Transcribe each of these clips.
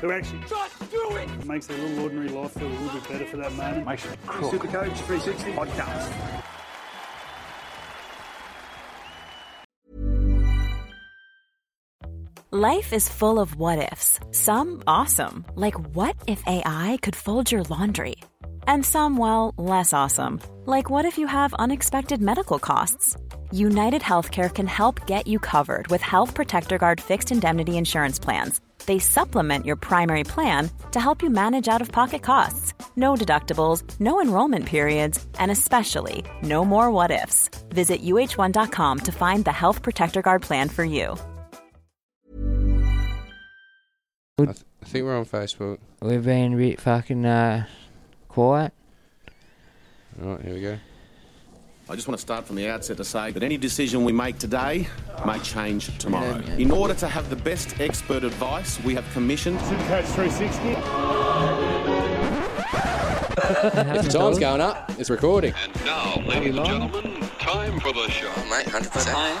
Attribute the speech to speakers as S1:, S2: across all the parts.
S1: who actually just do it, makes their little ordinary life feel a little bit better for that moment. Makes it cool. Super Coach 360 podcast.
S2: Life is full of what ifs. Some awesome, like what if AI could fold your laundry? And some, well, less awesome, like what if you have unexpected medical costs? United Healthcare can help get you covered with Health Protector Guard fixed indemnity insurance plans. They supplement your primary plan to help you manage out of pocket costs. No deductibles, no enrollment periods, and especially no more what ifs. Visit uh1.com to find the Health Protector Guard plan for you.
S3: I, th- I think we're on Facebook.
S4: we've been a bit fucking uh, quiet.
S3: All right, here we go.
S5: I just want to start from the outset to say that any decision we make today may change tomorrow. In order to have the best expert advice, we have commissioned.
S1: Super Coach 360.
S3: If the time's going up, it's recording.
S6: And now, ladies and gentlemen, time for the show.
S7: Mate, hundred percent.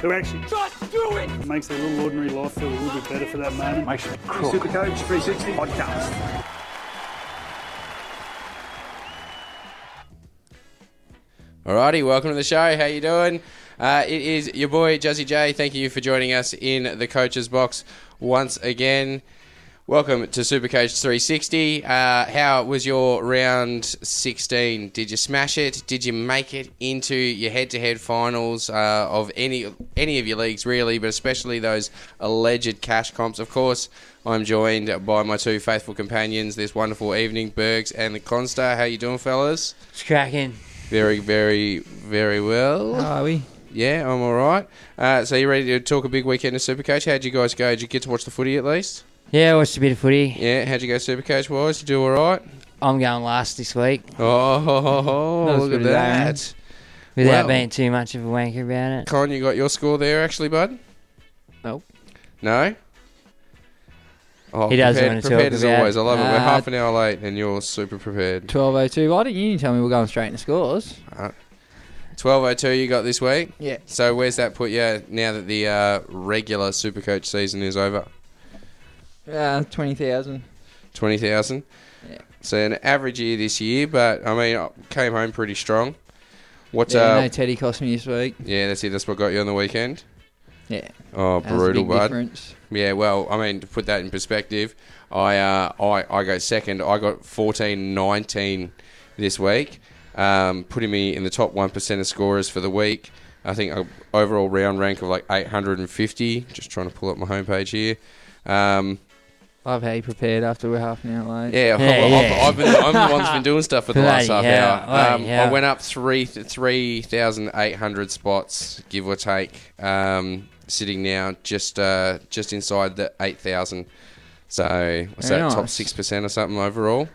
S1: who actually just do it, makes their little ordinary life feel a little bit better for that moment. Makes it cool. Super Coach 360 podcast.
S3: Alrighty, welcome to the show. How you doing? Uh, it is your boy Jazzy J. Thank you for joining us in the coach's box once again. Welcome to Supercoach 360. Uh, how was your round 16? Did you smash it? Did you make it into your head-to-head finals uh, of any any of your leagues, really, but especially those alleged cash comps? Of course, I'm joined by my two faithful companions this wonderful evening, Bergs and the Constar. How you doing, fellas?
S4: it's cracking.
S3: Very, very, very
S8: Oh,
S3: well.
S4: How are we?
S3: Yeah, I'm all right. Uh, so you ready to talk a big weekend of Supercoach? How'd you guys go? Did you get to watch the footy at least?
S4: Yeah, watched a bit of footy.
S3: Yeah, how'd you go Supercoach wise? You do all right?
S4: I'm going last this week
S3: Oh,
S4: That was
S3: look at
S4: pretty bad.
S3: that.
S4: without
S3: Wow.
S4: being too much of a wanker about it.
S3: Con, you got your score there actually, bud?
S4: Nope.
S3: No? Oh,
S4: He does
S3: prepared,
S4: want to talk
S3: prepared as
S4: about-
S3: always. I love it. We're
S8: Uh,
S3: half an hour late and you're super prepared.
S8: Twelve oh two. Why didn't you tell me we're going straight into scores?
S3: 12.02 you got this week?
S8: Yeah.
S3: So where's that put you now that the uh, regular Supercoach season is over?
S8: Uh, twenty thousand.
S3: twenty thousand.
S8: Yeah.
S3: So an average year this year, but I mean, I came home pretty strong. What's
S8: Yeah,
S3: uh?
S8: no Teddy cost me this week.
S3: yeah, that's it. That's what got you on the weekend.
S8: Yeah,
S3: Oh,
S8: that's a
S3: brutal,
S8: big
S3: bud.
S8: difference.
S3: Yeah, well, I mean, to put that in perspective, I uh, I, I go second. I got fourteen nineteen this week, um, putting me in the top 1% of scorers for the week. I think a overall round rank of like 850. Just trying to pull up my homepage here. Um,
S8: Love how you prepared after we're half an hour late.
S3: Yeah,
S4: Yeah,
S3: well, I've,
S4: yeah.
S3: I've been, I'm the one's been doing stuff for the last half
S4: Bloody hell,
S3: hour. Um,
S4: bloody hell.
S3: I went up three three thousand eight hundred spots, give or take. Um, sitting now just uh, just inside the eight thousand. So what's
S8: Very
S3: that? Top
S8: nice.
S3: six percent or something overall.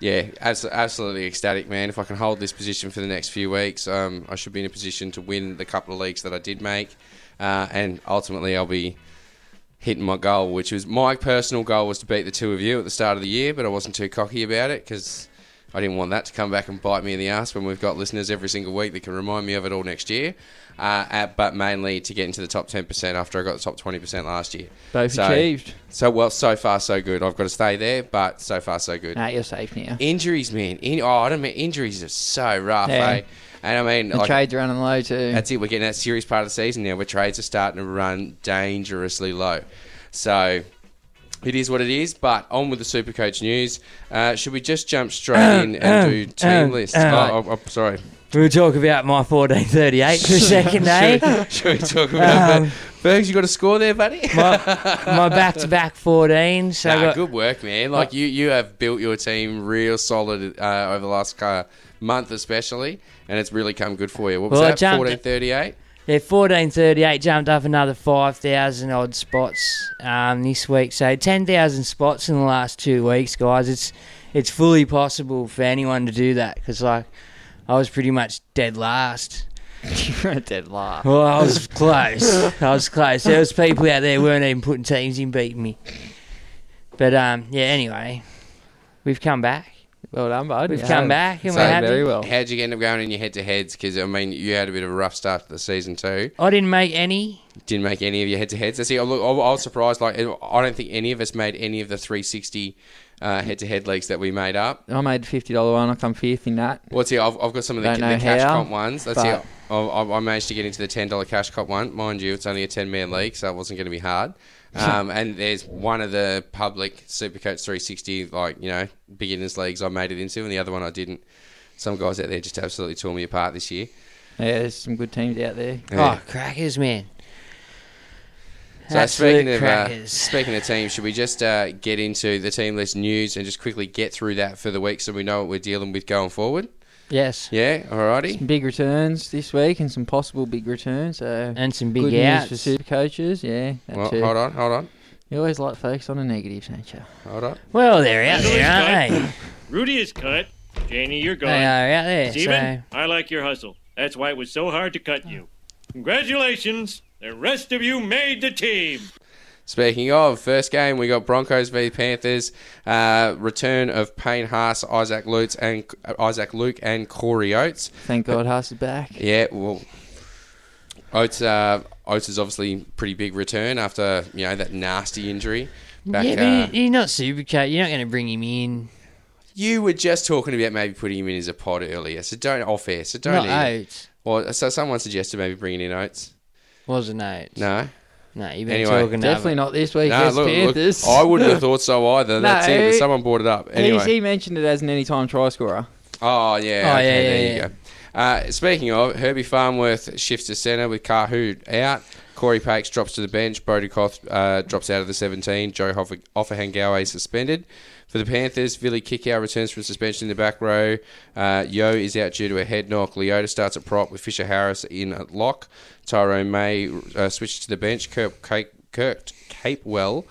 S3: Yeah, abs- absolutely ecstatic, man. If I can hold this position for the next few weeks, um, I should be in a position to win the couple of leagues that I did make, uh, and ultimately I'll be hitting my goal, which was my personal goal was to beat the two of you at the start of the year, but I wasn't too cocky about it because I didn't want that to come back and bite me in the ass when we've got listeners every single week that can remind me of it all next year. Uh, uh, but mainly to get into the top ten percent after I got the top twenty percent last year.
S8: Both
S3: So-
S8: achieved.
S3: So well, so far so good. I've got to stay there, but so far so good.
S8: Nah, you're safe now.
S3: Injuries, man. In- oh, I don't mean injuries are so rough,
S8: Yeah.
S3: eh? And I mean,
S8: The
S3: like,
S8: trades are running low too.
S3: that's it. We're getting that serious part of the season now where trades are starting to run dangerously low. So it is what it is. But on with the Supercoach news. Uh, should we just jump straight in and
S4: um,
S3: do team
S4: um,
S3: lists?
S4: um.
S3: Oh, oh, oh, sorry.
S4: We'll talk about my 1438 for a second, eh?
S3: Should we talk about
S4: Um,
S3: that? Fergs, you got a score there, buddy?
S4: My, my back-to-back 14. So I
S3: nah,
S4: got,
S3: good work, man. Like you, you have built your team real solid uh, over the last uh, month, especially, and it's really come good for you. What was
S4: Well, I
S3: that?
S4: jumped-
S3: Fourteen thirty-eight.
S4: Yeah, 1438 jumped up another 5,000 odd spots um, this week. So 10,000 spots in the last two weeks, guys. It's it's fully possible for anyone to do that because, like, I was pretty much dead last.
S8: You're a dead laugh.
S4: Well, I was close. I was close. There was people out there weren't even putting teams in beating me. But um, yeah. Anyway, we've come back.
S8: Well done, bud.
S4: We've
S8: You
S4: come
S8: have.
S4: back and
S8: So
S4: we're happy.
S8: Very well.
S3: How'd you end up going in your head-to-heads? Because I mean, you had a bit of a rough start to the season too.
S4: I didn't make any.
S3: Didn't make any of your head-to-heads. I see. I, look, I, I was surprised. Like, I don't think any of us made any of the three sixty uh, head-to-head leagues that we made up.
S8: I made a fifty dollar one. I come fifth in that.
S3: What's here? I've, I've got some of the,
S8: Don't
S3: the
S8: know
S3: cash
S8: how,
S3: comp ones. That's
S8: but-
S3: it. I, I I managed to get into the ten dollar cash comp one. Mind you, it's only a ten man league, so it wasn't going to be hard. Um, and there's one of the public Supercoach 360, like you know, beginners leagues I made it into, and the other one I didn't. Some guys out there just absolutely tore me apart this year.
S8: Yeah, there's some good teams out there.
S3: Yeah.
S4: Oh, crackers, man.
S3: So
S4: Absolute
S3: speaking of uh,
S4: crackers.
S3: speaking of teams, should we just uh, get into the team list news and just quickly get through that for the week so we know what we're dealing with going forward?
S4: Yes.
S3: Yeah, alrighty.
S8: Big returns this week and some possible big returns. So
S4: And some big
S8: good
S4: outs.
S8: news for super coaches. Yeah, that
S3: Well,
S8: too.
S3: hold on, hold on,
S8: You always like to focus on the negatives, don't you?
S3: hold on.
S4: Well, they're out there, aren't they?
S9: Rudy is cut. Janie, you're
S4: They
S9: gone.
S4: are out there.
S9: Steven,
S4: So,
S9: I like your hustle. That's why it was so hard to cut you. Congratulations. The rest of you made the team.
S3: Speaking of first game, we got Broncos v Panthers. Uh, return of Payne Haas, Isaac Lutz, and uh, Isaac Luke and Corey Oates.
S8: Thank God, Haas is back.
S3: Yeah, well, Oates uh, Oates is obviously pretty big return after you know that nasty injury. Back,
S4: yeah,
S3: uh,
S4: but he- you're not supercoach. You're not going to bring him in.
S3: you were just talking about maybe putting him in as a pod earlier, so don't off air. So don't.
S4: Not
S3: even-
S4: Oates.
S3: Well, so someone suggested maybe bringing in Oates.
S4: Wasn't Oates.
S3: No,
S4: No, you've been
S3: Anyway,
S4: talking to
S8: Definitely
S4: other-
S8: not this week.
S3: no.
S8: against
S3: Look,
S8: Panthers.
S3: look, I wouldn't have thought so either. That's it. But
S8: he-
S3: someone brought it up.
S8: He's-
S3: Anyway,
S8: He mentioned it as an anytime try scorer.
S3: Oh yeah.
S4: Oh,
S3: okay,
S4: yeah,
S3: there
S4: yeah,
S3: you
S4: yeah.
S3: go. Uh, speaking of, Herbie Farmworth shifts to centre with Carhood out. Corey Pakes drops to the bench. Brody Koth uh, drops out of the 17. Joe Hoffa- Offahangawe is suspended. For the Panthers, Billy Kickow returns from suspension in the back row. Uh, Yo is out due to a head knock. Leota starts at prop with Fisher Harris in at lock. Tyrone May uh, switches to the bench. Kirk, Kirk, Kirk Capewell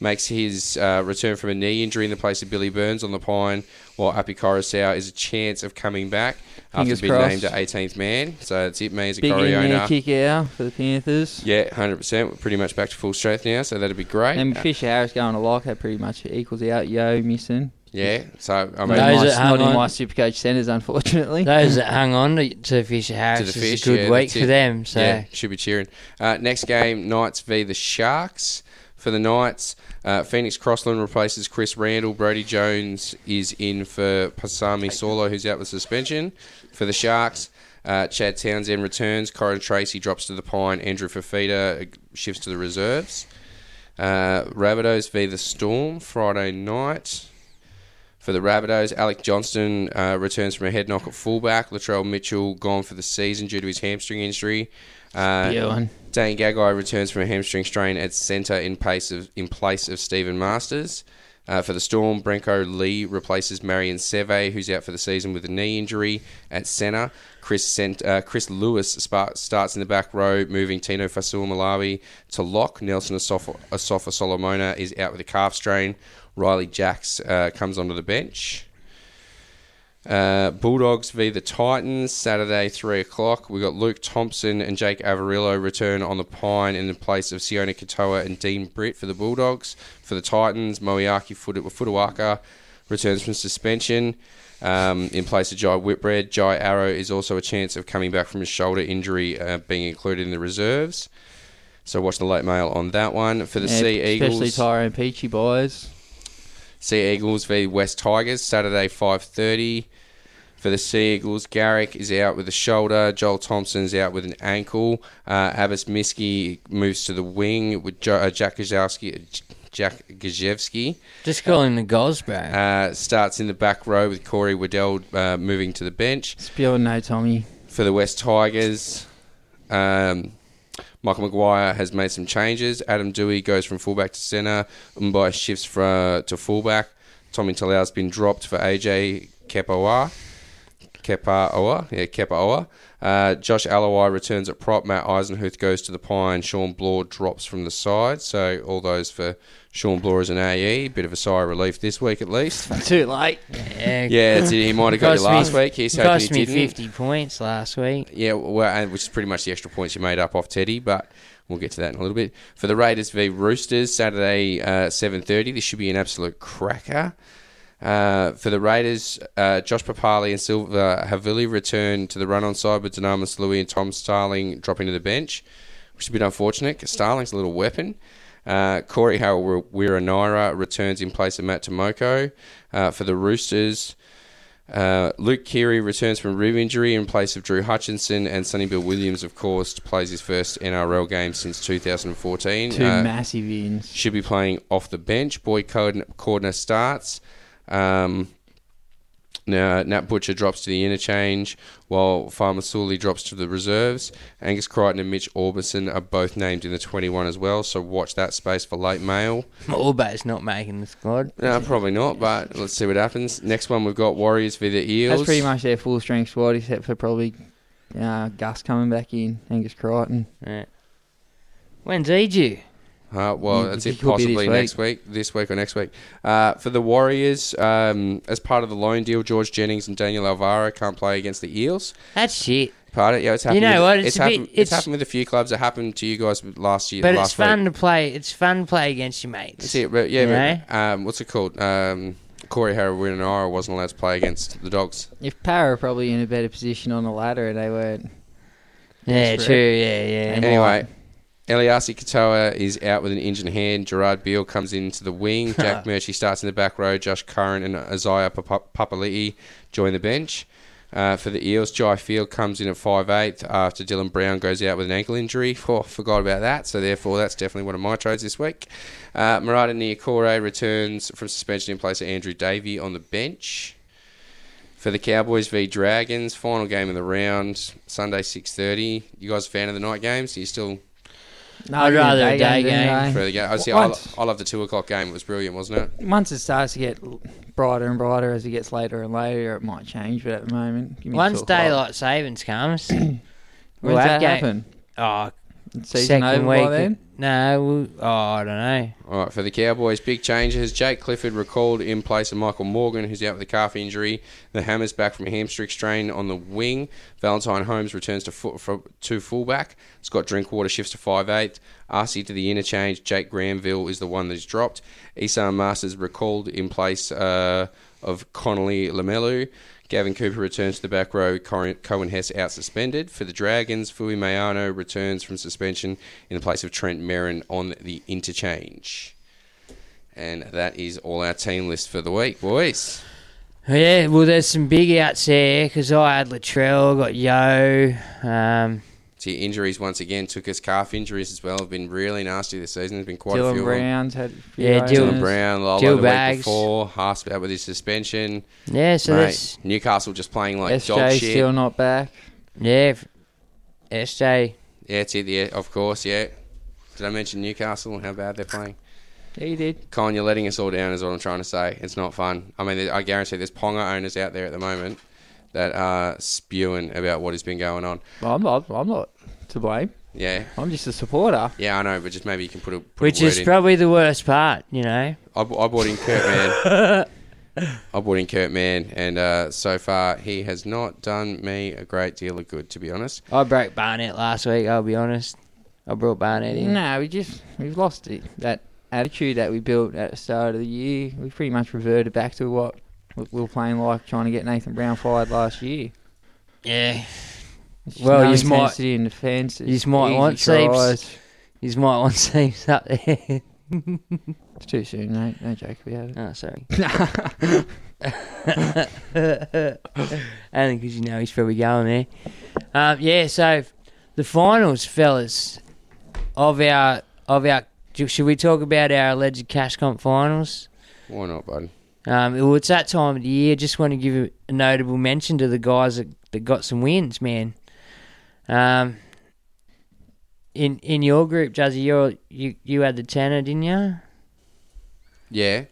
S3: makes his uh, return from a knee injury in the place of Billy Burns on the pine, while Api Coruscant is a chance of coming back
S8: Fingers
S3: after being
S8: crossed.
S3: named at 18th man. So that's it, me as a
S8: Big in there,
S3: Coriona.
S8: kick out for the Panthers.
S3: Yeah, 100%. We're pretty much back to full strength now, so that'd be great.
S8: And Fisher Harris going to lock. That pretty much equals out. Yo missing.
S3: yeah, so I mean,
S8: Not,
S4: Those
S8: in,
S4: that
S8: my,
S4: hung
S8: not in
S4: on-
S8: my Supercoach centres, unfortunately.
S4: Those that hung on to, to Fisher Harris
S3: to the
S4: is
S3: fish.
S4: a good
S3: yeah,
S4: week
S3: that's
S4: for
S3: it.
S4: them. So
S3: yeah, should be cheering. Uh, next game, Knights v the Sharks. For the Knights, uh, Phoenix Crossland replaces Chris Randall. Brody Jones is in for Pasami Solo, who's out with suspension. For the Sharks, uh, Chad Townsend returns. Corin Tracy drops to the pine. Andrew Fafita uh, shifts to the reserves. Uh, Rabbitohs v the Storm Friday night. For the Rabbitohs, Alec Johnston uh, returns from a head knock at fullback. Latrell Mitchell gone for the season due to his hamstring injury.
S8: Yeah,
S3: Uh,
S8: one.
S3: Dane Gagai returns from a hamstring strain at centre in place of in place of Stephen Masters. Uh, for the Storm, Brenko Lee replaces Marion Seve, who's out for the season with a knee injury at centre. Chris sent, uh, Chris Lewis spark, starts in the back row, moving Tino Fasul Malawi to lock. Nelson Asafa Solomona is out with a calf strain. Riley Jacks uh, comes onto the bench. Uh, Bulldogs v the Titans Saturday three o'clock. We got Luke Thompson and Jake Avarillo return on the pine in the place of Sione Katoa and Dean Britt for the Bulldogs. For the Titans, Moiaki Futu- Futuaka returns from suspension um, in place of Jai Whitbread. Jai Arrow is also a chance of coming back from his shoulder injury, uh, being included in the reserves. So watch the late mail on that one for the
S8: Yeah,
S3: Sea Eagles.
S8: Especially Tyrone Peachy boys.
S3: Sea Eagles v West Tigers Saturday five thirty. for the Sea Eagles. Garrick is out with a shoulder. Joel Thompson's out with an ankle. Uh, Abbas Miski moves to the wing with jo- uh, Jack Gajewski. Jack Gajewski.
S4: Just call him the goals, bro.
S3: Uh, starts in the back row with Corey Waddell uh, moving to the bench
S8: Pure no, Tommy.
S3: for the West Tigers. Um, Michael Maguire has made some changes. Adam Dewey goes from fullback to centre. Mbai shifts from, to fullback. Tommy Talau's been dropped for AJ Kepoa. Kepa Oa, yeah, Kepa Oa. Uh, Josh Alawai returns at prop. Matt Eisenhuth goes to the pine. Sean Blore drops from the side. So all those for Sean Blore as an AE. Bit of a sigh of relief this week at least.
S8: Too late.
S4: Yeah,
S3: Yeah, that's it. He might have got you
S4: Cost me-
S3: last week. He's hoping
S4: cost
S3: he
S4: me
S3: didn't.
S4: fifty points last week.
S3: Yeah, well, and which is pretty much the extra points you made up off Teddy, but we'll get to that in a little bit. For the Raiders v Roosters, Saturday uh, seven thirty. This should be an absolute cracker. Uh, for the Raiders, uh, Josh Papali and Silva Havili return to the run-on side with Dynamis Louis and Tom Starling dropping to the bench, which is a bit unfortunate. 'cause Starling's a little weapon. Uh, Corey Howell Wiranaira returns in place of Matt Tomoko. Uh, for the Roosters, uh, Luke Keary returns from rib injury in place of Drew Hutchinson, and Sonny Bill Williams, of course, plays his first NRL game since 2014.
S8: Two
S3: Uh,
S8: massive ins.
S3: should be playing off the bench. Boy Cordner Cordner starts. Um, now, Nat Butcher drops to the interchange, while Farmer Sully drops to the reserves. Angus Crichton and Mitch Orbison are both named in the 21 as well, so watch that space for late mail.
S4: Orbo's not making the squad.
S3: No, probably not, but let's see what happens. Next one, we've got Warriors v the Eels.
S8: That's pretty much their full strength squad, except for probably uh, Gus coming back in, Angus Crichton.
S4: Yeah. When's he due?
S3: Uh, well,
S8: Yeah,
S3: that's
S8: it
S3: it.
S8: could be this
S3: Possibly
S8: week.
S3: next week, this week or next week. Uh, for the Warriors, um, as part of the loan deal, George Jennings and Daniel Alvaro can't play against the Eels.
S4: That's shit.
S3: Part of, yeah, it's happened.
S4: know
S3: with,
S4: what, it's a bit-
S3: happened,
S4: it's-
S3: happened with a few clubs. It happened to you guys last year.
S4: But
S3: last
S4: it's fun
S3: Week.
S4: to play. It's fun to play against your mates.
S3: That's it. But yeah,
S4: You know?
S3: but, um, what's it called? Um, Corey Harrowin and I wasn't allowed to play against the Dogs.
S8: If Para are probably in a better position on the ladder, and they weren't.
S4: Yeah,
S8: That's
S4: true.
S8: right.
S4: Yeah, yeah.
S8: And
S3: Anyway, Eliasi Katoa is out with an injured hand. Gerard Beale comes into the wing. Jack Murchie starts in the back row. Josh Curran and Isaiah Papa- Papali'i join the bench. Uh, for the Eels, Jai Field comes in at 5'8 after Dylan Brown goes out with an ankle injury. Oh, forgot about that. So, therefore, that's definitely one of my trades this week. Uh, Murata Niokore returns from suspension in place of Andrew Davey on the bench for the Cowboys v Dragons final game of the round Sunday six thirty. You guys a fan of the night games? Are you still
S8: No,
S4: I'd
S8: they're in
S4: rather a day
S8: games,
S4: game.
S8: aren't they?
S3: for the game? I see. I, lo-
S8: Once,
S3: I love the two o'clock game. It was brilliant, wasn't it?
S8: once it starts to get l- brighter and brighter as it gets later and later, it might change. But at the moment, give me
S4: Once
S8: till five.
S4: daylight savings comes,
S8: When's
S4: we'll have
S8: that
S4: game-
S8: happen?
S4: Oh,
S8: Season
S4: second
S8: over
S4: week.
S8: by then.
S4: No, we'll, oh, I don't know.
S3: All right, for the Cowboys, big changes. Jake Clifford recalled in place of Michael Morgan, who's out with a calf injury. The Hammers back from a hamstring strain on the wing. Valentine Holmes returns to, fu- fro- to fullback. Scott Drinkwater shifts to 5'8. RC to the interchange. Jake Granville is the one that's dropped. Isan Masters recalled in place uh, of Connolly Lamelu. Gavin Cooper returns to the back row. Corin- Cohen Hess out suspended. For the Dragons, Fui Mayano returns from suspension in the place of Trent Merrin on the interchange. And that is all our team list for the week, boys.
S4: Yeah, well, there's some big outs there because I had Latrell, got Yo. Um,
S3: See, injuries once again took us calf injuries as well. Have been really nasty this season. There's been quite a few.
S8: Dylan
S3: of them.
S8: Brown's had. a few
S4: Yeah, Dylan
S8: owners.
S3: Dylan Brown, Lolo
S4: Dill
S3: the week
S4: Bags.
S3: before, Haas out with his suspension.
S4: yeah, so
S3: Mate,
S4: that's
S3: Newcastle just playing like dog
S8: SJ
S3: shit.
S8: still not back.
S4: yeah. f- SJ,
S3: Yeah, it's it. Yeah, of course. Yeah. Did I mention Newcastle and how bad they're playing?
S8: Yeah, he did.
S3: Colin, you're letting us all down, is what I'm trying to say. It's not fun. I mean, there- I guarantee there's Ponga owners out there at the moment that are spewing about what has been going on.
S8: Well, I'm not. I'm not to blame.
S3: Yeah,
S8: I'm just a supporter.
S3: yeah, I know, but just maybe you can put a put
S4: which
S3: a word
S4: is
S3: in.
S4: probably the worst part, you know.
S3: I, b- I bought in Kurt Man. I bought in Kurt Man, and uh, so far he has not done me a great deal of good, to be honest.
S4: I broke Barnett last week. I'll be honest. I brought Barnett in.
S8: No, we just we've lost it. That attitude that we built at the start of the year, we pretty much reverted back to what we we were playing like, trying to get Nathan Brown fired last year.
S4: Yeah,
S8: It's just
S4: Well,
S8: no
S4: yous might-
S8: intensity in defence. it's
S4: yous might
S8: easy
S4: want Seabs.
S8: tries.
S4: he's might want seems up there. Ah,
S8: It's too soon, mate. No joke about it.
S4: oh, sorry. Only because you know he's probably going there. Um, yeah, so the finals, fellas, of our of our. Should we talk about our alleged cash comp finals?
S3: Why not, bud?
S4: Um, well, it's that time of the year. Just want to give a notable mention to the guys that, that got some wins, man. Um, in in your group, Jazzy, you you you had the tenor, didn't you?
S3: Yeah.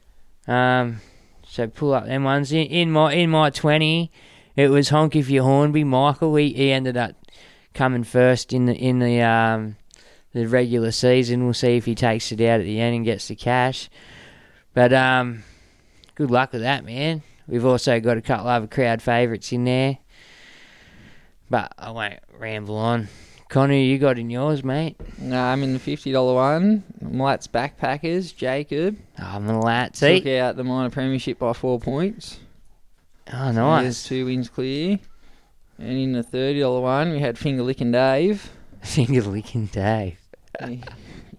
S4: Um, so pull up them ones. In, in my in my twenty, it was honk if you Hornby. Michael he, he ended up coming first in the in the um the regular season. We'll see if he takes it out at the end and gets the cash. But um, good luck with that, man. We've also got a couple other crowd favourites in there. But I won't ramble on. Connor, you got in yours, mate?
S8: No, I'm in the fifty dollar one. Mlat's backpackers, Jacob.
S4: I'm the Lat.
S8: Took out the minor premiership by four points.
S4: Oh,
S8: He
S4: nice.
S8: has two wins clear. And in the thirty dollar one, we had Finger Licking Dave.
S4: Finger licking Dave.
S8: I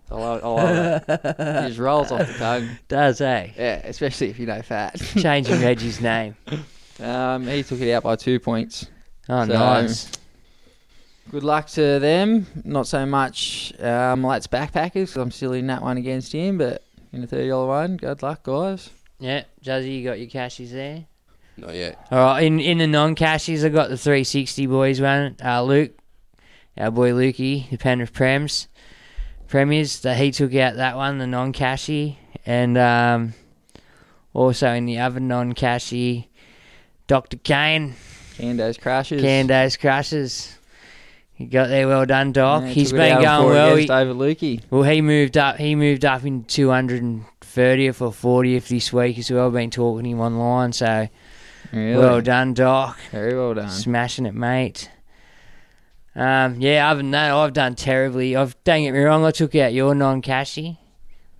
S8: love, I love it. He just rolls off the tongue.
S4: Does eh?
S8: Yeah, especially if you know fat.
S4: Changing Reggie's name.
S8: Um, he took it out by two points.
S4: Oh, nice.
S8: Good luck to them. Not so much um, Lat's backpackers 'cause I'm still in that one against him, but in the thirty dollar one, good luck, guys.
S4: Yeah, Jazzy, you got your cashies there.
S3: Not yet.
S4: All right, in, in the non cashies, I got the 360 boys one. Uh, Luke, our boy Lukey, the Penrith Prems. Premiers, that he took out that one, the non cashy. And um, also in the other non cashy, Dr. Kane.
S8: Cando's crashes.
S4: Cando's crashes. He got there well done, Doc.
S8: Yeah,
S4: He's
S8: took it out
S4: been
S8: in
S4: going
S8: four
S4: well.
S8: against over Lukey.
S4: Well, he moved up. He moved up in 230th or 40th this week as well. Been talking to him online, so
S8: Really?
S4: well done, Doc.
S8: Very well done.
S4: Smashing it, mate. Um, yeah, other than that, I've done terribly. I've don't get me wrong. I took out your non-cashy.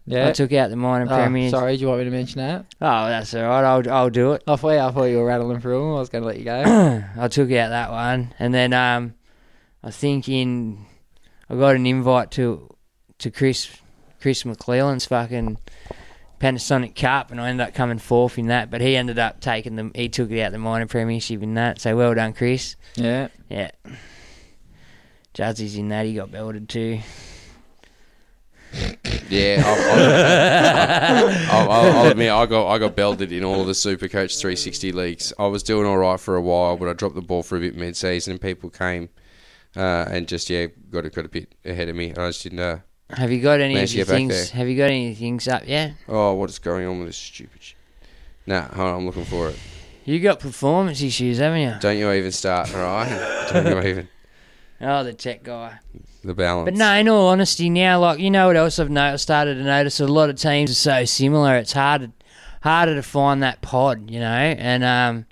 S8: Yeah.
S4: I took out the minor
S8: Oh,
S4: premiers.
S8: Sorry, do you want me to mention that?
S4: Oh, that's all right. I'll I'll do it.
S8: I thought I thought you were rattling through them. I was going to let you go.
S4: I took out that one, and then um, I think in I got an invite to to Chris Chris McClellan's fucking Panasonic Cup, and I ended up coming fourth in that. But he ended up taking them. He took it out the minor premiership in that. So well done, Chris.
S8: Yeah.
S4: Yeah. Jazzy's in that. He got belted too.
S3: Yeah, I'll, I'll, I'll, I'll, I'll admit I got I got belted in all of the Supercoach 360 leagues. I was doing all right for a while, but I dropped the ball for a bit mid season, and people came uh, and just yeah got a, got a bit ahead of me. and I just didn't. Uh,
S4: Have you got any
S3: manage
S4: of
S3: to
S4: your
S3: get back
S4: things? Have you got any things up yet?
S3: there. Oh, what is going on with this stupid? Shit? Nah, hold on, I'm looking for it.
S4: You got performance issues, haven't you?
S3: Don't you even start, all right? Don't you even
S4: Oh, the tech guy.
S3: the balance.
S4: But no, in all honesty, now like you know what else I've noticed, started to notice a lot of teams are so similar. It's harder harder to find that pod, you know. And um,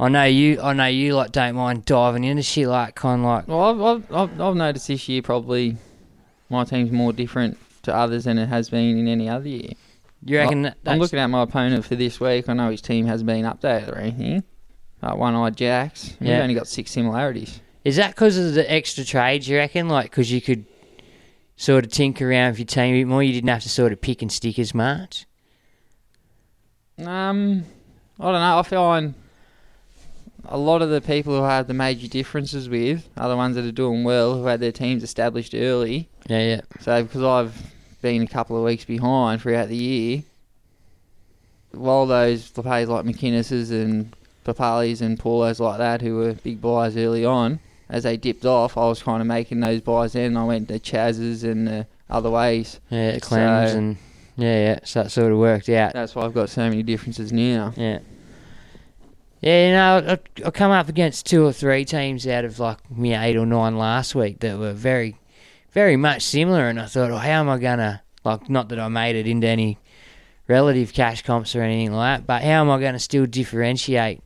S4: I know you, I know you like don't mind diving into shit like kind of like
S8: Well, I've, I've, I've, I've noticed this year probably my team's more different to others than it has been in any other year.
S4: You reckon
S8: I,
S4: that-
S8: I'm
S4: that's-
S8: looking at my opponent for this week. I know his team has been updated or anything. Like one eyed Jacks. We've
S4: Yeah.
S8: only got six similarities.
S4: Is that because of the extra trades you reckon? Like, because you could sort of tinker around with your team a bit more. You didn't have to sort of pick and stick as much.
S8: Um, I don't know. I find a lot of the people who I have the major differences with are the ones that are doing well, who had their teams established early.
S4: Yeah, yeah.
S8: So because I've been a couple of weeks behind throughout the year, while those players like McInnes's and Papalis and Paulos like that, who were big buys early on, as they dipped off, I was kind of making those buys then. I went to Chaz's and uh, other ways.
S4: Yeah, clams
S8: So-
S4: and yeah, yeah. So that sort of worked out.
S8: That's why I've got so many differences now.
S4: Yeah. Yeah, you know, I, I come up against two or three teams out of like me eight or nine last week that were very, very much similar, and I thought, well, how am I gonna like? Not that I made it into any relative cash comps or anything like that, but how am I gonna still differentiate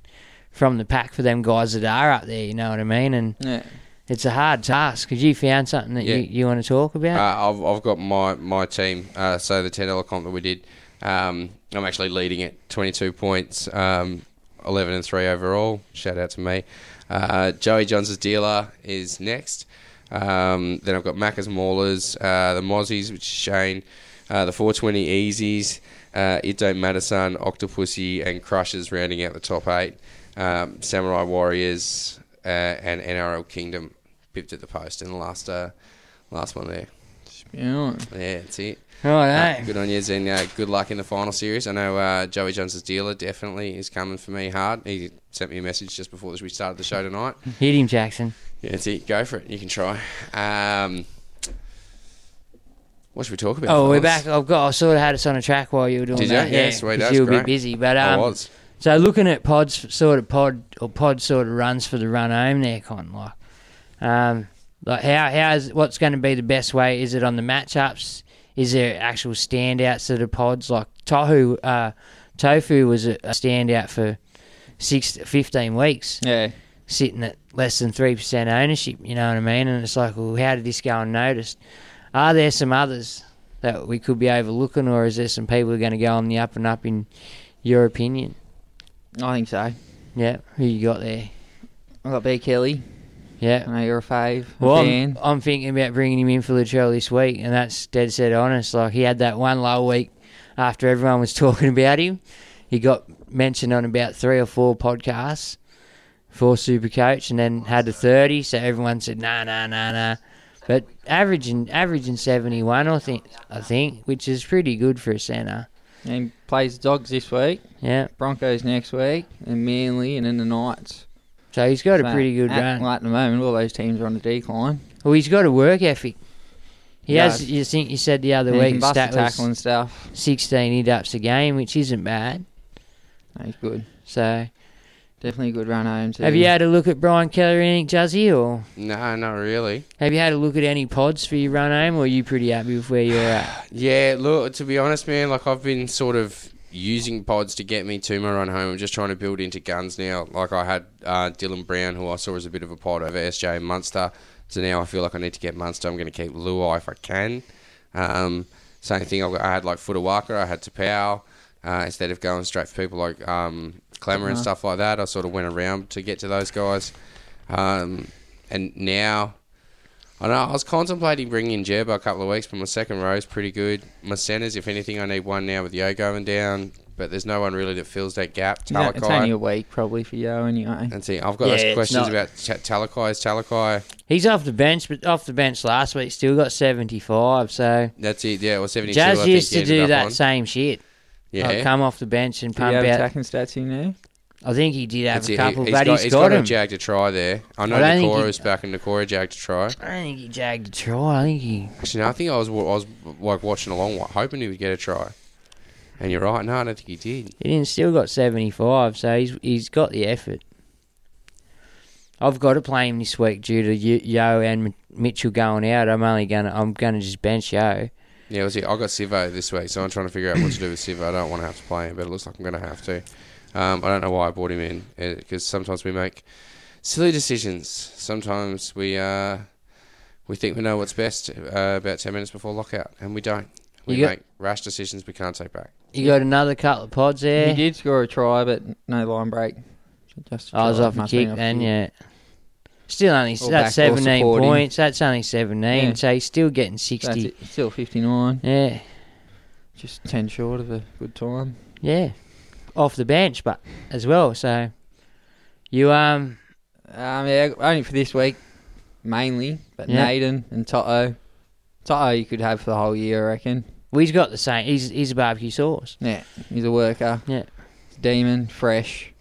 S4: from the pack for them guys that are up there? You know what I mean? And
S8: Yeah.
S4: it's a hard task because you found something that
S3: Yeah.
S4: you, you want to talk about.
S3: Uh, I've, I've got my, my team. Uh, so the ten dollar comp that we did, um, I'm actually leading it. Twenty two points, um, eleven and three overall. Shout out to me. Uh, Joey Johnson's dealer is next. Um, then I've got Macca's Maulers, uh, the Mozzies, which is Shane, uh, the 420 Easies, Uh, it Don't Matter Son, Octopussy, and Crushers rounding out the top eight. Um, Samurai Warriors uh, and NRL Kingdom pipped at the post in the last uh, last one there.
S8: Yeah.
S3: Yeah, that's it.
S4: Righto.
S3: Uh, good on you, and uh, good luck in the final series. I know uh, Joey Jones's dealer definitely is coming for me hard. He sent me a message just before we started the show tonight.
S4: Hit him, Jackson.
S3: Yeah, that's it. Go for it. You can try. Um, what should we talk about?
S4: Oh, we're
S3: fellas?
S4: back. I've got. I sort of had us on a track while you were doing
S3: Did you?
S4: that.
S3: Yeah, sweet,
S4: 'cause
S3: that's
S4: you were a
S3: great.
S4: bit busy, but
S3: I
S4: um,
S3: was.
S4: so looking at pods, sort of pod or pod sort of runs for the run home there, con like, um, like how how's what's going to be the best way? Is it on the matchups? Is there actual standouts to the pods? Like Tohu, uh, Tofu was a, a standout for six, 15 weeks.
S8: Yeah.
S4: Sitting at less than 3% ownership, you know what I mean? And it's like, well, how did this go unnoticed? Are there some others that we could be overlooking, or is there some people who are going to go on the up and up in your opinion?
S8: I think so.
S4: Yeah. Who you got there?
S8: I got B Kelly.
S4: Yeah.
S8: I know you're a fave. a
S4: Well,
S8: fan.
S4: I'm, I'm thinking about bringing him in for Latrell this week, and that's dead set honest. Like he had that one low week after everyone was talking about him. He got mentioned on about three or four podcasts for Super Coach, and then had a thirty. So everyone said, "Nah, nah, nah, nah." But averaging averaging seventy one, I think, I think, which is pretty good for a centre.
S8: And plays Dogs this week.
S4: Yeah.
S8: Broncos next week, and Manly, and then the Knights.
S4: So he's got a pretty good
S8: at,
S4: run.
S8: Like at the moment, all those teams are on the decline.
S4: Well, he's got a work ethic. He
S8: He
S4: has.
S8: does.
S4: You think you said the other
S8: And he
S4: week
S8: can bust the
S4: stat was
S8: tackle and stuff.
S4: sixteen hit ups a game, which isn't bad.
S8: No, he's good.
S4: So,
S8: Definitely a good run home. Too.
S4: have you had a look at Brian Keller and Nick Juzzy, or
S3: No, not really.
S4: have you had a look at any pods for your run home, or are you pretty happy with where you're at?
S3: Yeah, look, to be honest, man, like I've been sort of using pods to get me to my run home. I'm just trying to build into guns now. Like I had uh, Dylan Brown, who I saw as a bit of a pod over SJ and Munster. So now I feel like I need to get Munster. I'm going to keep Luai if I can. Um, same thing, I I had like Futawaka, I had Tapau. Uh, instead of going straight for people like um, Clemmer and
S8: Uh-huh.
S3: stuff like that, I sort of went around to get to those guys. Um, and now I know. I was contemplating bringing in Jeb a couple of weeks, but my second row is pretty good. My centres, if anything, I need one now with Yo going down, but there's no one really that fills that gap.
S8: No, it's only a
S3: Talakai.
S8: week probably for you anyway.
S3: And see, I've got
S4: Yeah,
S3: those
S4: it's
S3: questions
S4: not-
S3: about t- Talakai. Is Talakai?
S4: He's off the bench, but off the bench last week, still got seventy five. So
S3: That's it. Yeah, well, 72. I
S4: Jazz
S3: think
S4: used
S3: he
S4: to
S3: ended
S4: do
S3: up
S4: that
S3: on.
S4: same shit.
S3: Yeah.
S4: Like, come off the bench and
S8: Do you
S4: pump
S8: have
S4: out.
S8: attacking stats in there?
S4: I think he did have
S3: That's
S4: a
S3: it.
S4: couple,
S3: He-
S4: but
S3: got,
S4: he's got,
S3: got
S4: him.
S3: a jag to try there. I know
S4: I don't think
S3: Nakora's back and Nakora jagged a try.
S4: I don't think he jagged a try. I think he.
S3: Actually, no, I think I was wa- I was like watching along, wa- hoping he would get a try. And you're right. No, I don't think he did.
S4: He didn't still got seventy five, so he's he's got the effort. I've got to play him this week due to Yo- Yo and M- Mitchell going out. I'm only gonna I'm gonna just bench Yo.
S3: Yeah, was it? I got Sivo this week, so I'm trying to figure out what to do with Sivo. I don't want to have to play him, but it looks like I'm going to have to. Um, I don't know why I brought him in because sometimes we make silly decisions. Sometimes we uh, we think we know what's best uh, about ten minutes before lockout, and we don't. We
S4: You got-
S3: make rash decisions we can't take back.
S4: You got another couple of pods there.
S8: He did score a try, but no line break. Just a
S4: I was
S8: try,
S4: off a
S8: must have been
S4: kick
S8: off
S4: then,
S8: kick.
S4: yeah. Still only that's
S8: Or back or
S4: seventeen
S8: supporting.
S4: points. That's only seventeen,
S8: Yeah.
S4: so he's still getting
S8: That's
S4: sixty.
S8: it. Still 59.
S4: Yeah,
S8: Just 10 short of a good time.
S4: yeah. Off the bench, but as well. So you um
S8: Um, yeah, only for this week, mainly. But
S4: Yeah.
S8: Naden and Toto. Toto you could have for the whole year, I reckon.
S4: well, he's got the same. He's he's a barbecue sauce.
S8: Yeah, he's a worker.
S4: Yeah.
S8: Demon, fresh.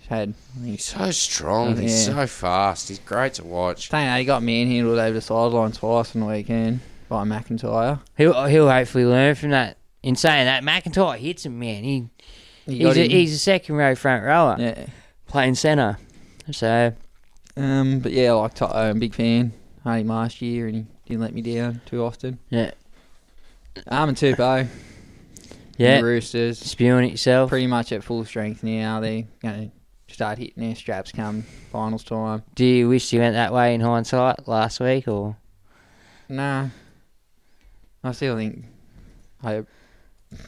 S8: He's had, I think,
S3: He's so strong.
S8: Oh,
S3: He's
S8: yeah.
S3: so fast. He's great to watch.
S8: Don't know, he got manhandled over the sideline twice on the weekend by McIntyre.
S4: He'll he'll hopefully learn from that. In saying that, McIntyre hits him, man. He,
S8: He
S4: he's,
S8: got
S4: a,
S8: him.
S4: he's a second row front rower
S8: yeah.
S4: playing centre. So
S8: Um, but yeah, like Toto, I'm a big fan. Had him last year and he didn't let me down too often.
S4: yeah,
S8: Arm and Tupou,
S4: yeah.
S8: the Roosters,
S4: Spewing it yourself.
S8: pretty much at full strength now. They're going to start hitting their straps come finals time.
S4: Do you wish you went that way in hindsight last week, or
S8: Nah, I still think I hope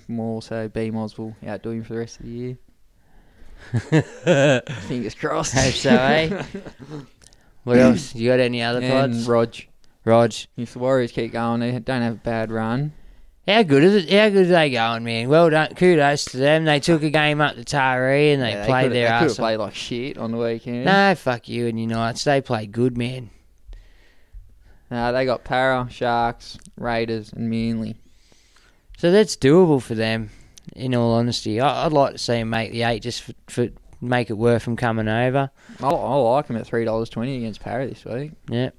S8: more so B Moz will outdo him for the rest of the year. Fingers crossed.
S4: hope so, eh? What else? You got any other
S8: and
S4: pods?
S8: Rog.
S4: Rog.
S8: If the Warriors keep going, they don't have a bad run.
S4: How good is it? How good are they going, man? Well done. Kudos to them. They took a game up to Taree and they
S8: Yeah,
S4: played
S8: coulda-
S4: their
S8: they coulda
S4: ass off.
S8: played like shit on the weekend.
S4: No, fuck you and Unites. They play good, man.
S8: Nah, they got Para, Sharks, Raiders, and Manly.
S4: So that's doable for them, in all honesty. I, I'd like to see them make the eight just for, for make it worth them coming over.
S8: I, I like them at three dollars twenty against Para this week.
S4: Yeah.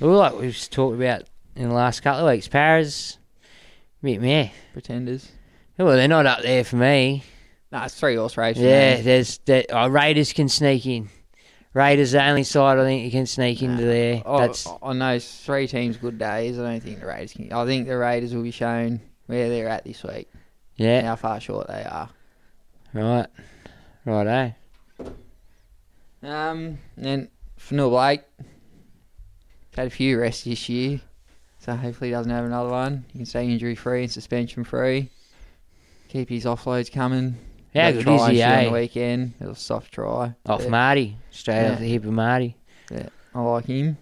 S4: Well, like we've just talked about in the last couple of weeks, Paras, a bit meh.
S8: Pretenders.
S4: Well, they're not up there for me.
S8: Nah, it's three horse race. for
S4: Yeah,
S8: me.
S4: there's that. Oh, Raiders can sneak in. Raiders the only side I think you can sneak into there.
S8: Oh,
S4: That's
S8: on those three teams' good days, I don't think the Raiders can. I think the Raiders will be shown where they're at this week.
S4: Yeah.
S8: and how far short they are.
S4: right. Right, eh?
S8: Um, and Fanil Blake had a few rests this year, so hopefully he doesn't have another one. He can stay injury free and suspension free. Keep his offloads coming.
S4: How
S8: No
S4: good
S8: try
S4: is
S8: and
S4: he,
S8: shit on the
S4: eh?
S8: weekend? It was a soft try.
S4: Off
S8: Yeah.
S4: Marty. Straight off
S8: Yeah.
S4: the hip of Marty.
S8: Yeah, I like him.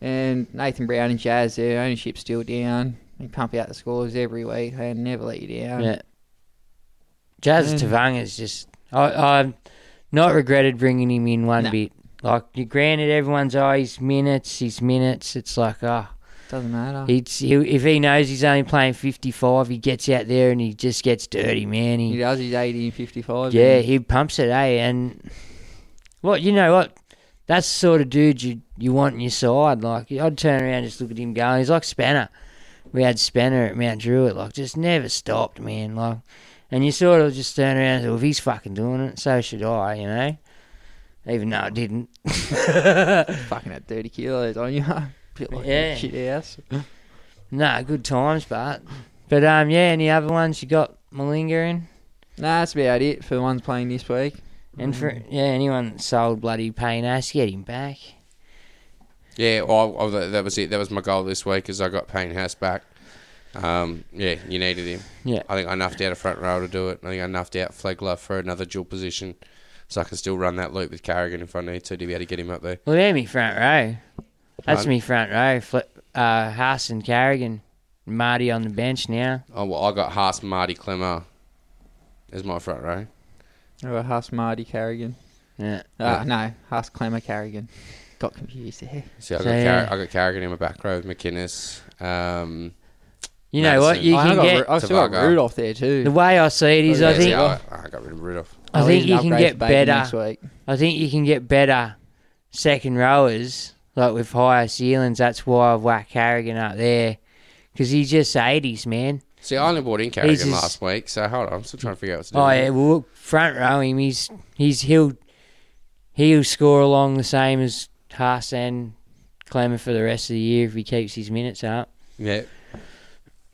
S8: And Nathan Brown and Jazz, their ownership's still down. They pump out the scores every week. They never let you down.
S4: yeah. Jazz
S8: Um, Mm.
S4: Tavanga's just. I, I've not regretted bringing him in one
S8: No.
S4: bit. Like, you granted everyone's oh, his minutes, his minutes. It's like, oh,
S8: Doesn't matter.
S4: He's, he, if he knows he's only playing 55, he gets out there and he just gets dirty, man.
S8: He
S4: He,
S8: does. He's 80 and 55.
S4: yeah,
S8: and
S4: he pumps it, eh? And, well, you know what? That's the sort of dude you, you want in your side. Like, I'd turn around and just look at him going. He's like Spanner. We had Spanner at Mount Druitt. Like, just never stopped, man. Like, and you sort of just turn around and say, well, if he's fucking doing it, so should I, you know? Even though I didn't.
S8: fucking at 30 kilos on you. Bit like
S4: Yeah.
S8: a shit house.
S4: nah, good times, but. But, um, yeah, any other ones you got Malinga in?
S8: Nah, that's about it for the ones playing this week.
S4: And for yeah, anyone that sold bloody pain ass, get him back.
S3: Yeah, well, oh, that, that was it. That was my goal this week, is I got Payne House back. Um, yeah, you needed him.
S4: Yeah.
S3: I think I nuffed out a front row to do it. I think I nuffed out flag glove for another dual position, so I can still run that loop with Carrigan if I need to to be able to get him up there.
S4: Well, they're me front row. That's
S3: Pardon?
S4: me front row. Flip, uh, Haas and Carrigan, Marty on the bench now.
S3: Oh well, I got Haas Marty Clemmer as my front row.
S8: I got Huss Marty Carrigan.
S4: Yeah,
S8: Ah, no, Huss Clemmer Carrigan. Got confused there.
S3: See, I got
S4: So, yeah.
S3: Carr- I got Carrigan in my back row with McInnes. Um,
S4: you know what?
S3: Madison.
S4: You
S8: Oh, I
S4: can
S8: got
S4: get
S8: Ru- I've still got
S3: Tavaga.
S8: Rudolph there too.
S4: the way I see it is,
S3: yeah,
S4: I
S3: see,
S4: think
S3: I, I got rid of Rudolph.
S4: I
S8: Oh,
S4: think
S8: he's an
S4: you can
S8: upgrade
S4: get
S8: for Bateman
S4: better.
S8: next week.
S4: I think you can get better second rowers like with higher ceilings. That's why I've whacked Carrigan up there because he's just eighties man.
S3: See, I only brought in Carrigan
S4: just-
S3: last week, so hold on, I'm still trying to figure out what to do.
S4: Oh yeah, well look, front row him. He's he's he'll he'll score along the same as Haas and Clemmer for the rest of the year if he keeps his minutes up.
S3: yeah.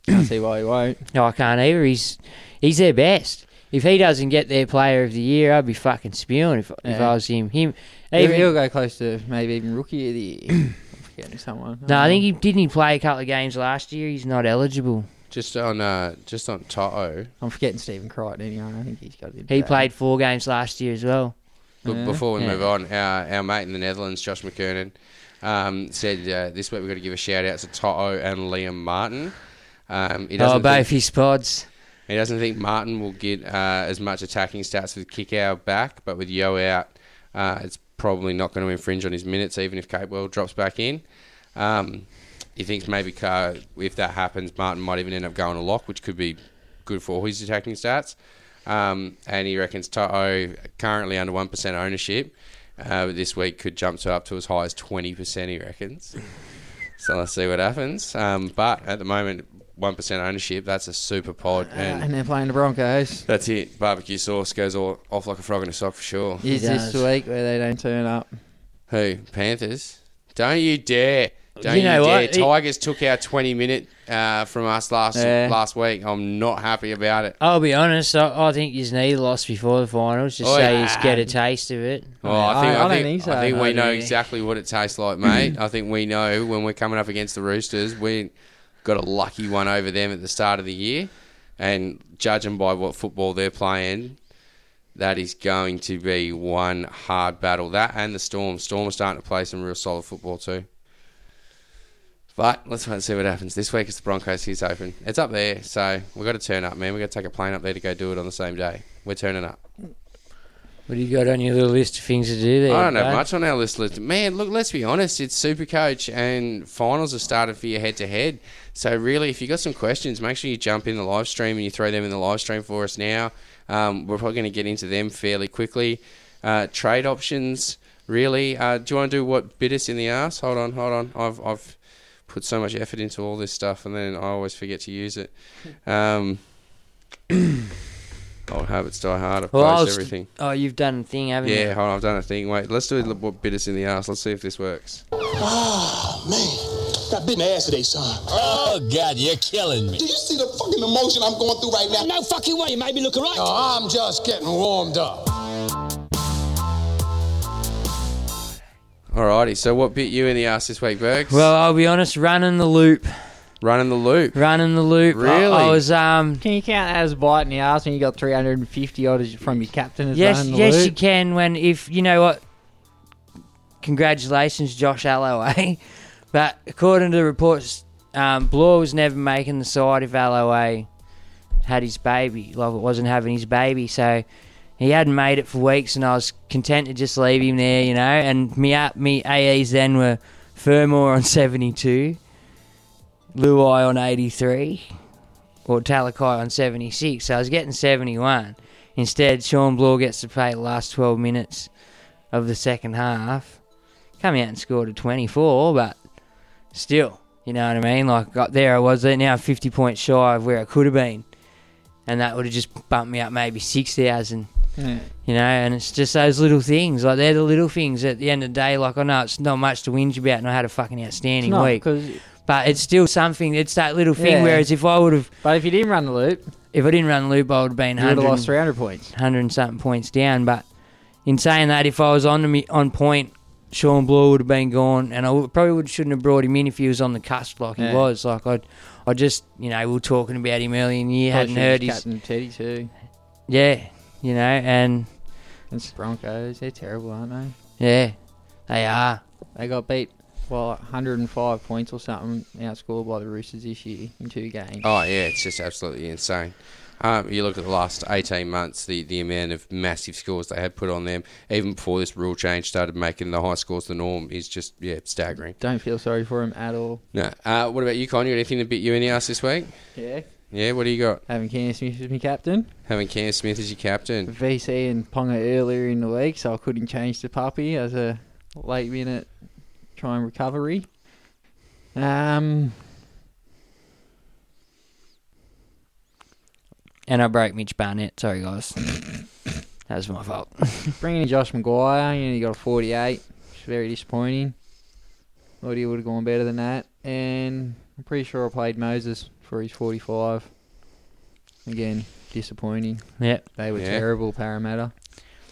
S8: Can't see why he won't.
S4: No, I can't either. He's he's their best. If he doesn't get their player of the year, I'd be fucking spewing if, if
S8: Yeah.
S4: I was him. Him
S8: Even, he'll
S4: even
S8: go close to maybe even rookie of the year. Forgetting someone.
S4: no, I think he didn't he play a couple of games last year. He's not eligible.
S3: Just on uh, just on Toto.
S8: I'm forgetting Stephen Crichton anyway. I think he's got it. in
S4: He
S8: for that.
S4: played four games last year as well.
S3: Look,
S8: Yeah.
S3: before we
S4: Yeah.
S3: move on, our, our mate in the Netherlands, Josh McKernan, um, said uh, this week we've got to give a shout out to Toto and Liam Martin. Um, he
S4: Oh,
S3: doesn't
S4: both
S3: think,
S4: his pods.
S3: he doesn't think Martin will get uh, as much attacking stats with kick out back, but with Yo out, uh, it's probably not going to infringe on his minutes, even if Capewell drops back in. Um, he thinks maybe Car- if that happens, Martin might even end up going a lock, which could be good for his attacking stats. Um, and he reckons Toto currently under one percent ownership. Uh, but this week could jump to up to as high as twenty percent. He reckons. so let's see what happens. Um, but at the moment, one percent ownership. That's a super pod,
S8: And
S3: and
S8: they're playing the Broncos.
S3: that's it. Barbecue sauce goes all, off like a frog in a sock for sure.
S8: Is this
S4: does.
S8: the week where they don't turn up?
S3: Who Panthers? Don't you dare! Don't you,
S4: You know
S3: dare!
S4: what? It-
S3: Tigers took our twenty minute uh, from us last
S8: Yeah.
S3: last week. I'm not happy about it.
S4: I'll be honest. I, I think you need lost before the finals just
S3: Oh,
S4: so
S3: yeah.
S4: you get a taste of it.
S3: Oh, I think I,
S8: I- I don't
S3: think,
S8: think
S3: I
S8: so.
S3: think
S4: I
S3: we
S4: don't
S3: know
S4: think-
S3: exactly what it tastes like, mate. I think we know when we're coming up against the Roosters, we got a lucky one over them at the start of the year, and judging by what football they're playing, that is going to be one hard battle. That and the Storm. Storm are starting to play some real solid football too. But let's wait and see what happens. This week it's the Broncos He's Open. It's up there, so we've got to turn up, man. We've got to take a plane up there to go do it on the same day. We're turning up.
S4: What do you got on your little list of things to do there?
S3: I don't have
S4: bud?
S3: much on our list. list. Man, look, let's be honest. It's Supercoach and finals have started for your head to head. So, really, if you got some questions, make sure you jump in the live stream and you throw them in the live stream for us now. Um, we're probably going to get into them fairly quickly. Uh, trade options, really. Uh, do you want to do what bit us in the ass? Hold on, hold on. I've, I've put so much effort into all this stuff and then I always forget to use it. Um, old habits die hard. I've
S4: Well, I
S3: closed
S4: was-
S3: everything.
S4: Oh, you've done a thing, haven't
S3: Yeah,
S4: you?
S3: hold on, I've done a thing. Wait, let's do it. What bit us in the ass? Let's see if this works.
S10: Oh, man. Got bit in the ass today, son. Oh, God, you're killing me. Do you see the fucking emotion I'm going through right now? No fucking way. You made me look right. I'm just getting warmed up.
S3: Alrighty, so what bit you in the ass this week, Bergs?
S4: Well, I'll be honest, running the loop.
S3: Running the loop.
S4: Running the loop. I-
S3: Really?
S4: I, was um
S8: Can you count that as biting your ass when you got 350 odd as- from your captain? As
S4: Yes,
S8: running the
S4: yes,
S8: loop?
S4: you can. When if you know what, congratulations, Josh Alloway. But according to the reports, um, Bloor was never making the side if Alloway had his baby. Like it wasn't having his baby, so he hadn't made it for weeks, and I was content to just leave him there, you know. And me up, me AEs then were Fermor on seventy two, Luai on eighty three or Talakai on 76. So I was getting 71. Instead, Sean Bloor gets to play the last 12 minutes of the second half. Come out and scored a 24, but still, you know what I mean? Like, got there I was, there now I'm 50 points shy of where I could have been. And that would have just bumped me up maybe 6,000.
S8: Yeah.
S4: You know, and it's just those little things. Like, they're the little things at the end of the day. Like, I know it's not much to whinge about, and I had a fucking outstanding
S8: It's not,
S4: week.
S8: 'cause-
S4: But it's still something. It's that little thing.
S8: Yeah.
S4: Whereas if I would have,
S8: but if you didn't run the loop,
S4: if I didn't run the loop, I would have been
S8: You would've
S4: hundred
S8: lost 300 points,
S4: hundred and something points down. But in saying that, if I was on to me on point, Sean Blue would have been gone, and I would, probably would, shouldn't have brought him in if he was on the cusp like
S8: Yeah.
S4: he was. Like I, I just you know we were talking about him earlier in the year, hadn't
S8: Probably should've
S4: heard
S8: just
S4: his
S8: captain Teddy too.
S4: yeah, you know, and
S8: It's Broncos. They're terrible, aren't they?
S4: yeah, they are.
S8: They got beat by like 105 points or something, outscored by the Roosters this year in two games.
S3: Oh yeah, it's just absolutely insane. Um, you look at the last eighteen months, the, the amount of massive scores they had put on them, even before this rule change started making the high scores the norm, is just yeah staggering.
S8: Don't feel sorry for him at all.
S3: No, uh, what about you, Con? You got anything to bit you in the ass this week?
S8: Yeah.
S3: Yeah, what do you got?
S8: Having Cam Smith as my captain.
S3: Having Cam Smith as your captain.
S8: VC and Ponga earlier in the week, so I couldn't change the puppy as a late minute try and recovery. Um,
S4: And I broke Mitch Barnett. Sorry guys, that was my fault.
S8: bringing in Josh Maguire, you know, he got a 48. It's very disappointing. Thought he would have gone better than that. And I'm pretty sure I played Moses for his 45. Again, disappointing.
S4: Yep.
S8: They were
S3: Yeah.
S8: terrible, Parramatta.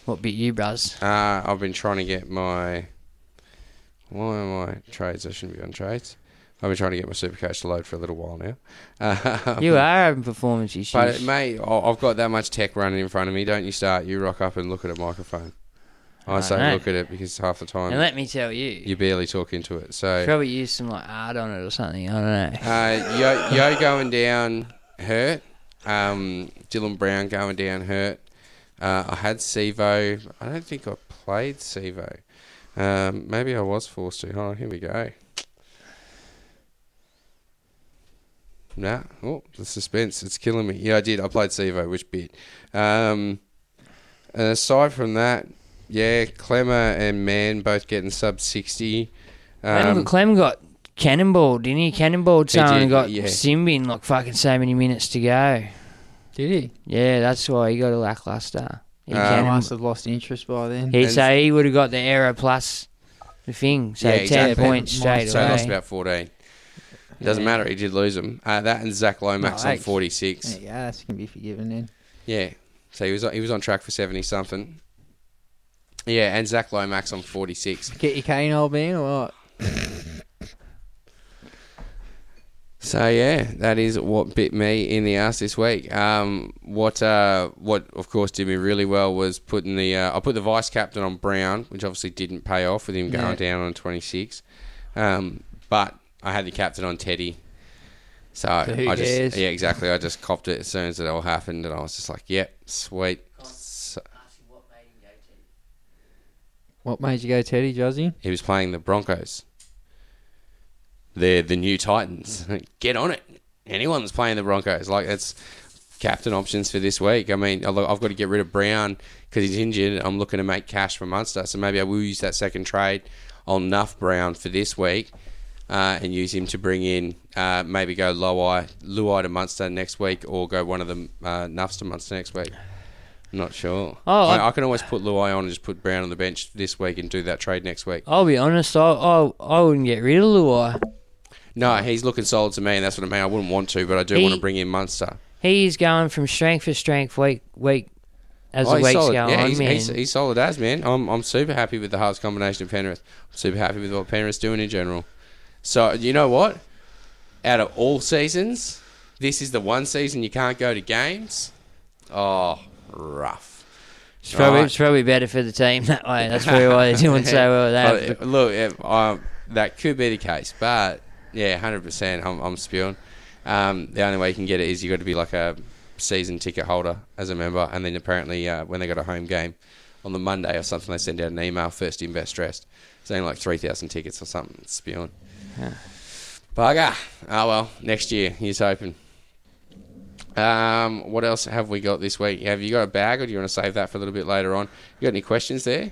S4: What bit you, Buzz?
S3: Uh, I've been trying to get my. Why am I trades? I shouldn't be on trades. I've been trying to get my supercoach to load for a little while now. Um,
S4: you are having performance issues.
S3: But mate, I- I've got that much tech running in front of me. Don't you start. You rock up and look at a microphone. I
S4: I
S3: say
S4: know.
S3: look at it because half the time
S4: and let me tell you,
S3: you barely talk into it. So
S4: probably use some like art on it or something. I don't know.
S3: uh, Yo, Yo going down hurt. Um, Dylan Brown going down hurt. Uh, I had Sevo. I don't think I played Sevo. Um, maybe I was forced to. Hold on, here we go. Nah, oh, the suspense. It's killing me. Yeah, I did. I played Sevo, which bit. Um, and aside from that, yeah, Clemmer and Mann both getting sub 60.
S4: Clem,
S3: Um,
S4: Clem got cannonballed, didn't he? Cannonballed
S3: He
S4: someone
S3: did,
S4: and got
S3: yeah.
S4: Simbin like fucking so many minutes to go.
S8: Did he?
S4: Yeah, that's why he got a lackluster. He
S8: He
S4: cannonballed.
S3: Um,
S8: must have lost interest by then.
S4: Um, He, so he would have got the error plus the thing. So
S3: Yeah,
S4: 10
S3: exactly.
S4: points straight
S3: So he lost
S4: away.
S3: about 14. Doesn't matter. He did lose them. Uh, that and Zach Lomax
S8: No,
S3: on
S8: eight.
S3: 46.
S8: Yeah, that's going to be forgiven then.
S3: Yeah. So he was on- he was on track for 70 something. Yeah, and Zach Lomax on 46.
S8: Get your cane, old man, or what?
S3: So yeah, that is what bit me in the ass this week. Um, what uh, what of course did me really well was putting the uh, I put the vice captain on Brown, which obviously didn't pay off with him going
S8: Yeah.
S3: down on 26. Um, but I had the captain on Teddy. So,
S8: So who
S3: I just
S8: cares?
S3: yeah, exactly. I just copped it as soon as it all happened, and I was just like, "Yep, sweet." So-
S8: What made you go Teddy Jozzy?
S3: he was playing the Broncos. They're the new Titans. Get on it. Anyone that's playing the Broncos, like that's captain options for this week. I mean, I look- I've got to get rid of Brown because he's injured. I'm looking to make cash for Munster, so maybe I will use that second trade. I'll nuff Brown for this week uh, and use him to bring in uh, maybe go Luai, Luai to Munster next week, or go one of the uh, nuffs to Munster next week. I'm not sure.
S4: Oh,
S3: I,
S4: I-
S3: I can always put Luai on and just put Brown on the bench this week and do that trade next week.
S4: I'll be honest, I, I, I wouldn't get rid of Luai.
S3: No, he's looking solid to me, and that's what I mean. I wouldn't want to, but I do
S4: He-
S3: want to bring in Munster.
S4: He's going from strength to strength week week as
S3: Oh,
S4: the
S3: he's
S4: weeks
S3: solid.
S4: go
S3: yeah,
S4: on,
S3: he's,
S4: man.
S3: He's, he's solid as man. I'm, I'm super happy with the halves combination of Penrith. I'm super happy with what Penrith's doing in general. So you know what? Out of all seasons, this is the one season you can't go to games. Oh, rough.
S4: it's, probably,
S3: Right.
S4: it's probably better for the team that way. That's probably why they're doing so well. with That
S3: Oh, Look, if, um, that could be the case, but yeah, hundred percent. I'm, I'm spewing. Um, the only way you can get it is you got to be like a season ticket holder as a member, and then apparently uh, when they got a home game on the Monday or something, they send out an email first in best dressed, saying like three thousand tickets or something. It's spewing. Bugger. Ah, well, next year. Here's hoping. Um, what else have we got this week? Have you got a bag, or do you want to save that for a little bit later on? You got any questions there?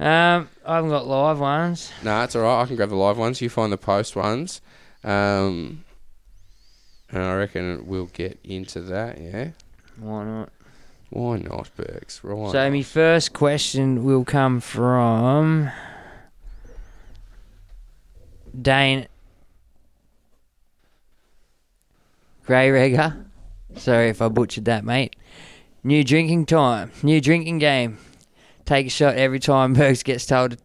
S4: Um, I haven't got live ones.
S3: No, it's all right. I can grab the live ones. You find the post ones. Um, and I reckon we'll get into that, yeah?
S4: Why not?
S3: Why not, Burks? Right.
S4: So my first question will come from Dane Greyregger. Sorry if I butchered that, mate. New drinking time. New drinking game. Take a shot every time Burks gets told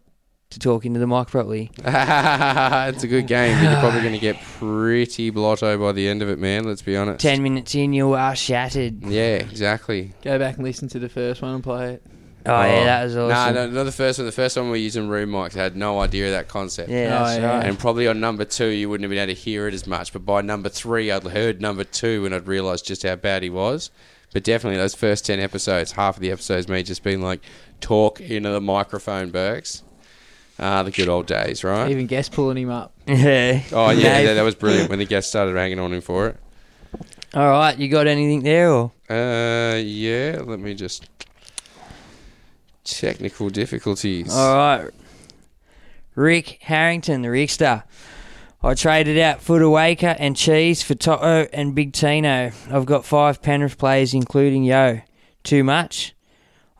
S4: to talk into the mic properly.
S3: it's a good game, but you're probably going to get pretty blotto by the end of it, man. Let's be honest.
S4: Ten minutes in, you are shattered.
S3: Yeah, exactly.
S8: Go back and listen to the first one and play it.
S4: Oh, yeah, that was awesome.
S3: No, no, not the first one. The first one we were using room mics. I had no idea of that concept.
S4: Yeah, that's Oh, yeah. right.
S3: And probably on number two, you wouldn't have been able to hear it as much. But by number three, I'd heard number two and I'd realised just how bad he was. But definitely those first 10 episodes, half of the episodes, me just being like, talk into the microphone, Burks. Ah, the good old days, right?
S8: Even guess pulling him up.
S4: Yeah.
S3: Oh, yeah,
S4: Dave.
S3: that, that was brilliant when the guests started hanging on him for it.
S4: All right, you got anything there or?
S3: Uh, yeah, let me just. Technical difficulties.
S4: All right. Rick Harrington, the Rickster. I traded out Footer Waker and Cheese for Toto and Big Tino. I've got five Penrith players, including Yo. Too much?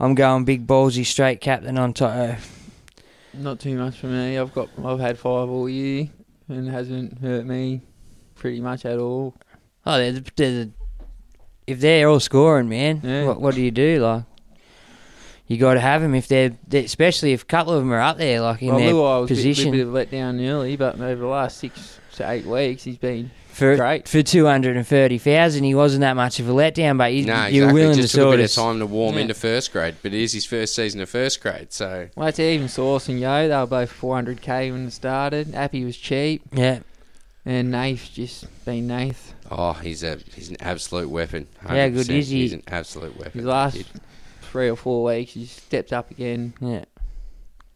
S4: I'm going big ballsy straight captain on Toto.
S8: Not too much for me. I've got I've had five all year and it hasn't hurt me pretty much at all.
S4: Oh, they're the, they're the, if they're all scoring, man, what, what do you do? Like, you got to have them if they're, they especially if a couple of them are up there, like in
S8: well,
S4: their
S8: Luai was
S4: position.
S8: a bit, bit of a let down early, but over the last six to eight weeks, he's been
S4: for for two hundred and thirty thousand. He wasn't that much of a letdown, but you,
S3: No, exactly.
S4: you were willing
S3: Just
S4: to
S3: took a
S4: sort
S3: bit of
S4: us-
S3: time to warm
S4: Yeah.
S3: into first grade, but it is his first season of first grade, so
S8: Well, it's even Source and Yo. They were both 400k when it started. Appy was cheap.
S4: Yeah.
S8: And Nath's just been Nath.
S3: oh, he's a he's an absolute weapon.
S8: Yeah, good
S3: 100%.
S8: is he?
S3: He's an absolute weapon.
S8: His last three or four weeks, he's stepped up again.
S4: Yeah.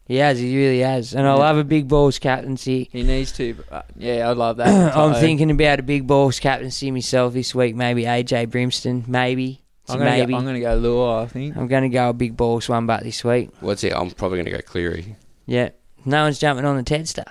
S4: He has, he really has, and I
S8: Yeah.
S4: love a big balls captaincy.
S8: He needs to. But, uh, yeah, I love that.
S4: I'm
S8: Toto.
S4: thinking about a big balls captaincy myself this week. Maybe AJ Brimston, maybe. It's a
S8: I'm gonna go-
S4: maybe.
S8: I'm gonna go Lua, I think.
S4: I'm going to go a big balls one, but this week,
S3: What's it? I'm probably going to go Cleary.
S4: yeah, no one's jumping on the Tedster.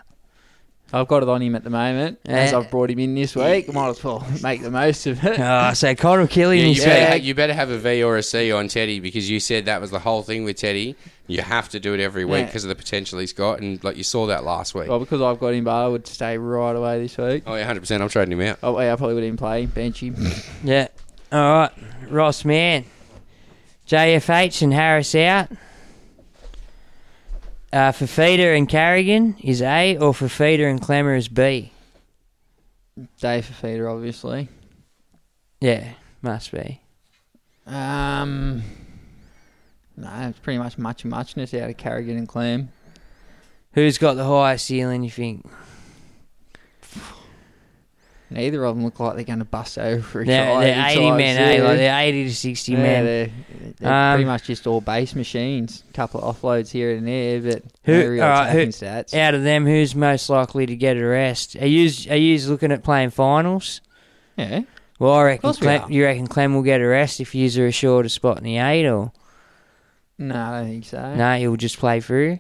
S8: I've got it on him at the moment. As
S4: Yeah.
S8: I've brought him in this week, might as well make the most of it.
S4: Oh, so Connor Killian
S3: Yeah,
S4: is
S3: you, better,
S4: back.
S3: you better have a V or a C on Teddy because you said that was the whole thing with Teddy. You have to do it every week
S8: Yeah.
S3: because of the potential he's got, and like you saw that last week.
S8: Well, because I've got him, but I would stay right away this week.
S3: Oh yeah, hundred percent. I'm trading him out.
S8: Oh, yeah, I probably wouldn't even play him, bench him.
S4: Yeah. All right, Ross Mann, JFH and Harris out. Uh, Fafita and Carrigan is A, or Fafita and Clemmer is B.
S8: Dave Fafita, obviously.
S4: Yeah, must be.
S8: Um, no, it's pretty much much and muchness out of Carrigan and Clam.
S4: Who's got the highest ceiling? You think?
S8: Neither of them look like they're going to bust over each
S4: They're-
S8: other.
S4: they're 80 men, eh? Like, they're 80 to 60 men.
S8: They're, they're
S4: Um,
S8: pretty much just all base machines. A couple of offloads here and there, but
S4: Who,
S8: no real
S4: all right,
S8: attacking
S4: who-
S8: stats.
S4: out of them, who's most likely to get a rest? Are you are you looking at playing finals?
S8: Yeah.
S4: Well, I reckon
S8: course we
S4: Clem,
S8: are.
S4: you reckon Clem will get a rest if you're assured a spot in the eight, or
S8: No, I don't think so.
S4: no, he'll just play through.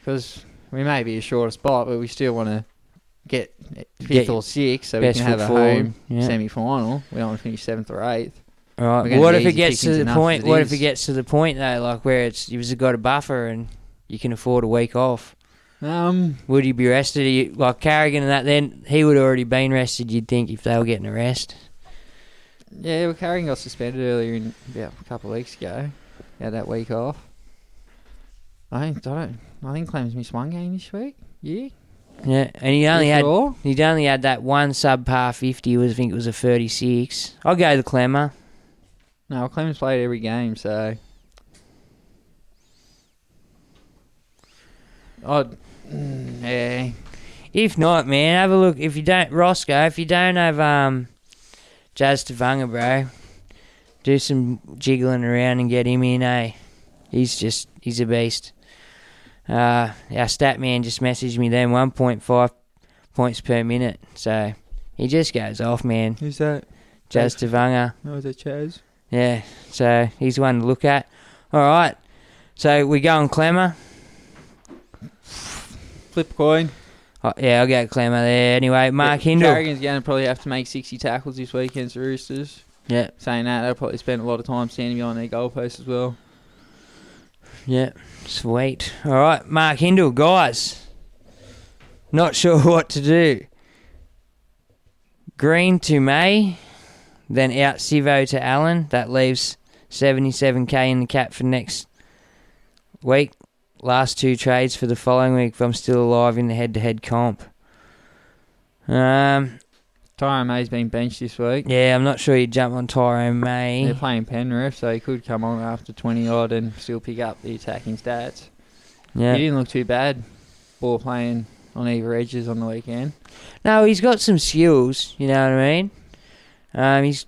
S8: Because we may be a shorter spot, but we still want to get fifth
S4: Get
S8: or sixth so we
S4: best
S8: can have
S4: foot
S8: a
S4: forward,
S8: home
S4: yeah.
S8: semi final. We don't want to finish seventh or eighth.
S4: All right.
S8: We're gonna
S4: what
S8: be
S4: if it
S8: easy
S4: gets to
S8: pickings
S4: the
S8: enough
S4: point?
S8: as
S4: What if
S8: is.
S4: it gets to the point though, like where it's you've got a buffer and you can afford a week off?
S8: Um,
S4: would you be rested? Are you, like Carrigan and that, then he would already been rested. You'd think if they were getting a rest.
S8: Yeah, well, Carrigan got suspended earlier in about a couple of weeks ago. He Had that week off. I think I don't. I think Clem's missed one game this week. Yeah.
S4: Yeah, and he only
S8: You
S4: had
S8: sure?
S4: he only had that one subpar fifty. Was I think it was a thirty six. I'll go the Clemmer.
S8: No, Clem's played every game, so. I'd, mm, yeah.
S4: If not, man, have a look. If you don't, Roscoe, if you don't have um, Jazz Tavanga, bro, do some jiggling around and get him in, eh? He's just, he's a beast. Uh, our stat man just messaged me then 1.5 points per minute. So he just goes off, man.
S8: Who's that?
S4: Jazz Tavanga.
S8: No, is that Chaz?
S4: Yeah, so he's one to look at. All right, so we go on Clemmer.
S8: Flip coin.
S4: Oh, yeah, I'll go Clemmer there. Anyway, Mark Hindle.
S8: Carrigan's going to probably have to make 60 tackles this week against the Roosters.
S4: Yeah.
S8: Saying that, they'll probably spend a lot of time standing behind their goalposts as well.
S4: Yeah, sweet. All right, Mark Hindle, guys. Not sure what to do. Green to May, then out Sivo to Allen. That leaves 77k in the cap for next week. Last two trades for the following week if I'm still alive in the head to head comp. Um,
S8: Tyrone May's been benched this week.
S4: Yeah, I'm not sure you jump on Tyrone May.
S8: They're playing Penrith, so he could come on after 20 odd and still pick up the attacking stats.
S4: Yeah.
S8: He didn't look too bad. Ball playing on either edges on the weekend.
S4: No, he's got some skills. You know what I mean? Um, he's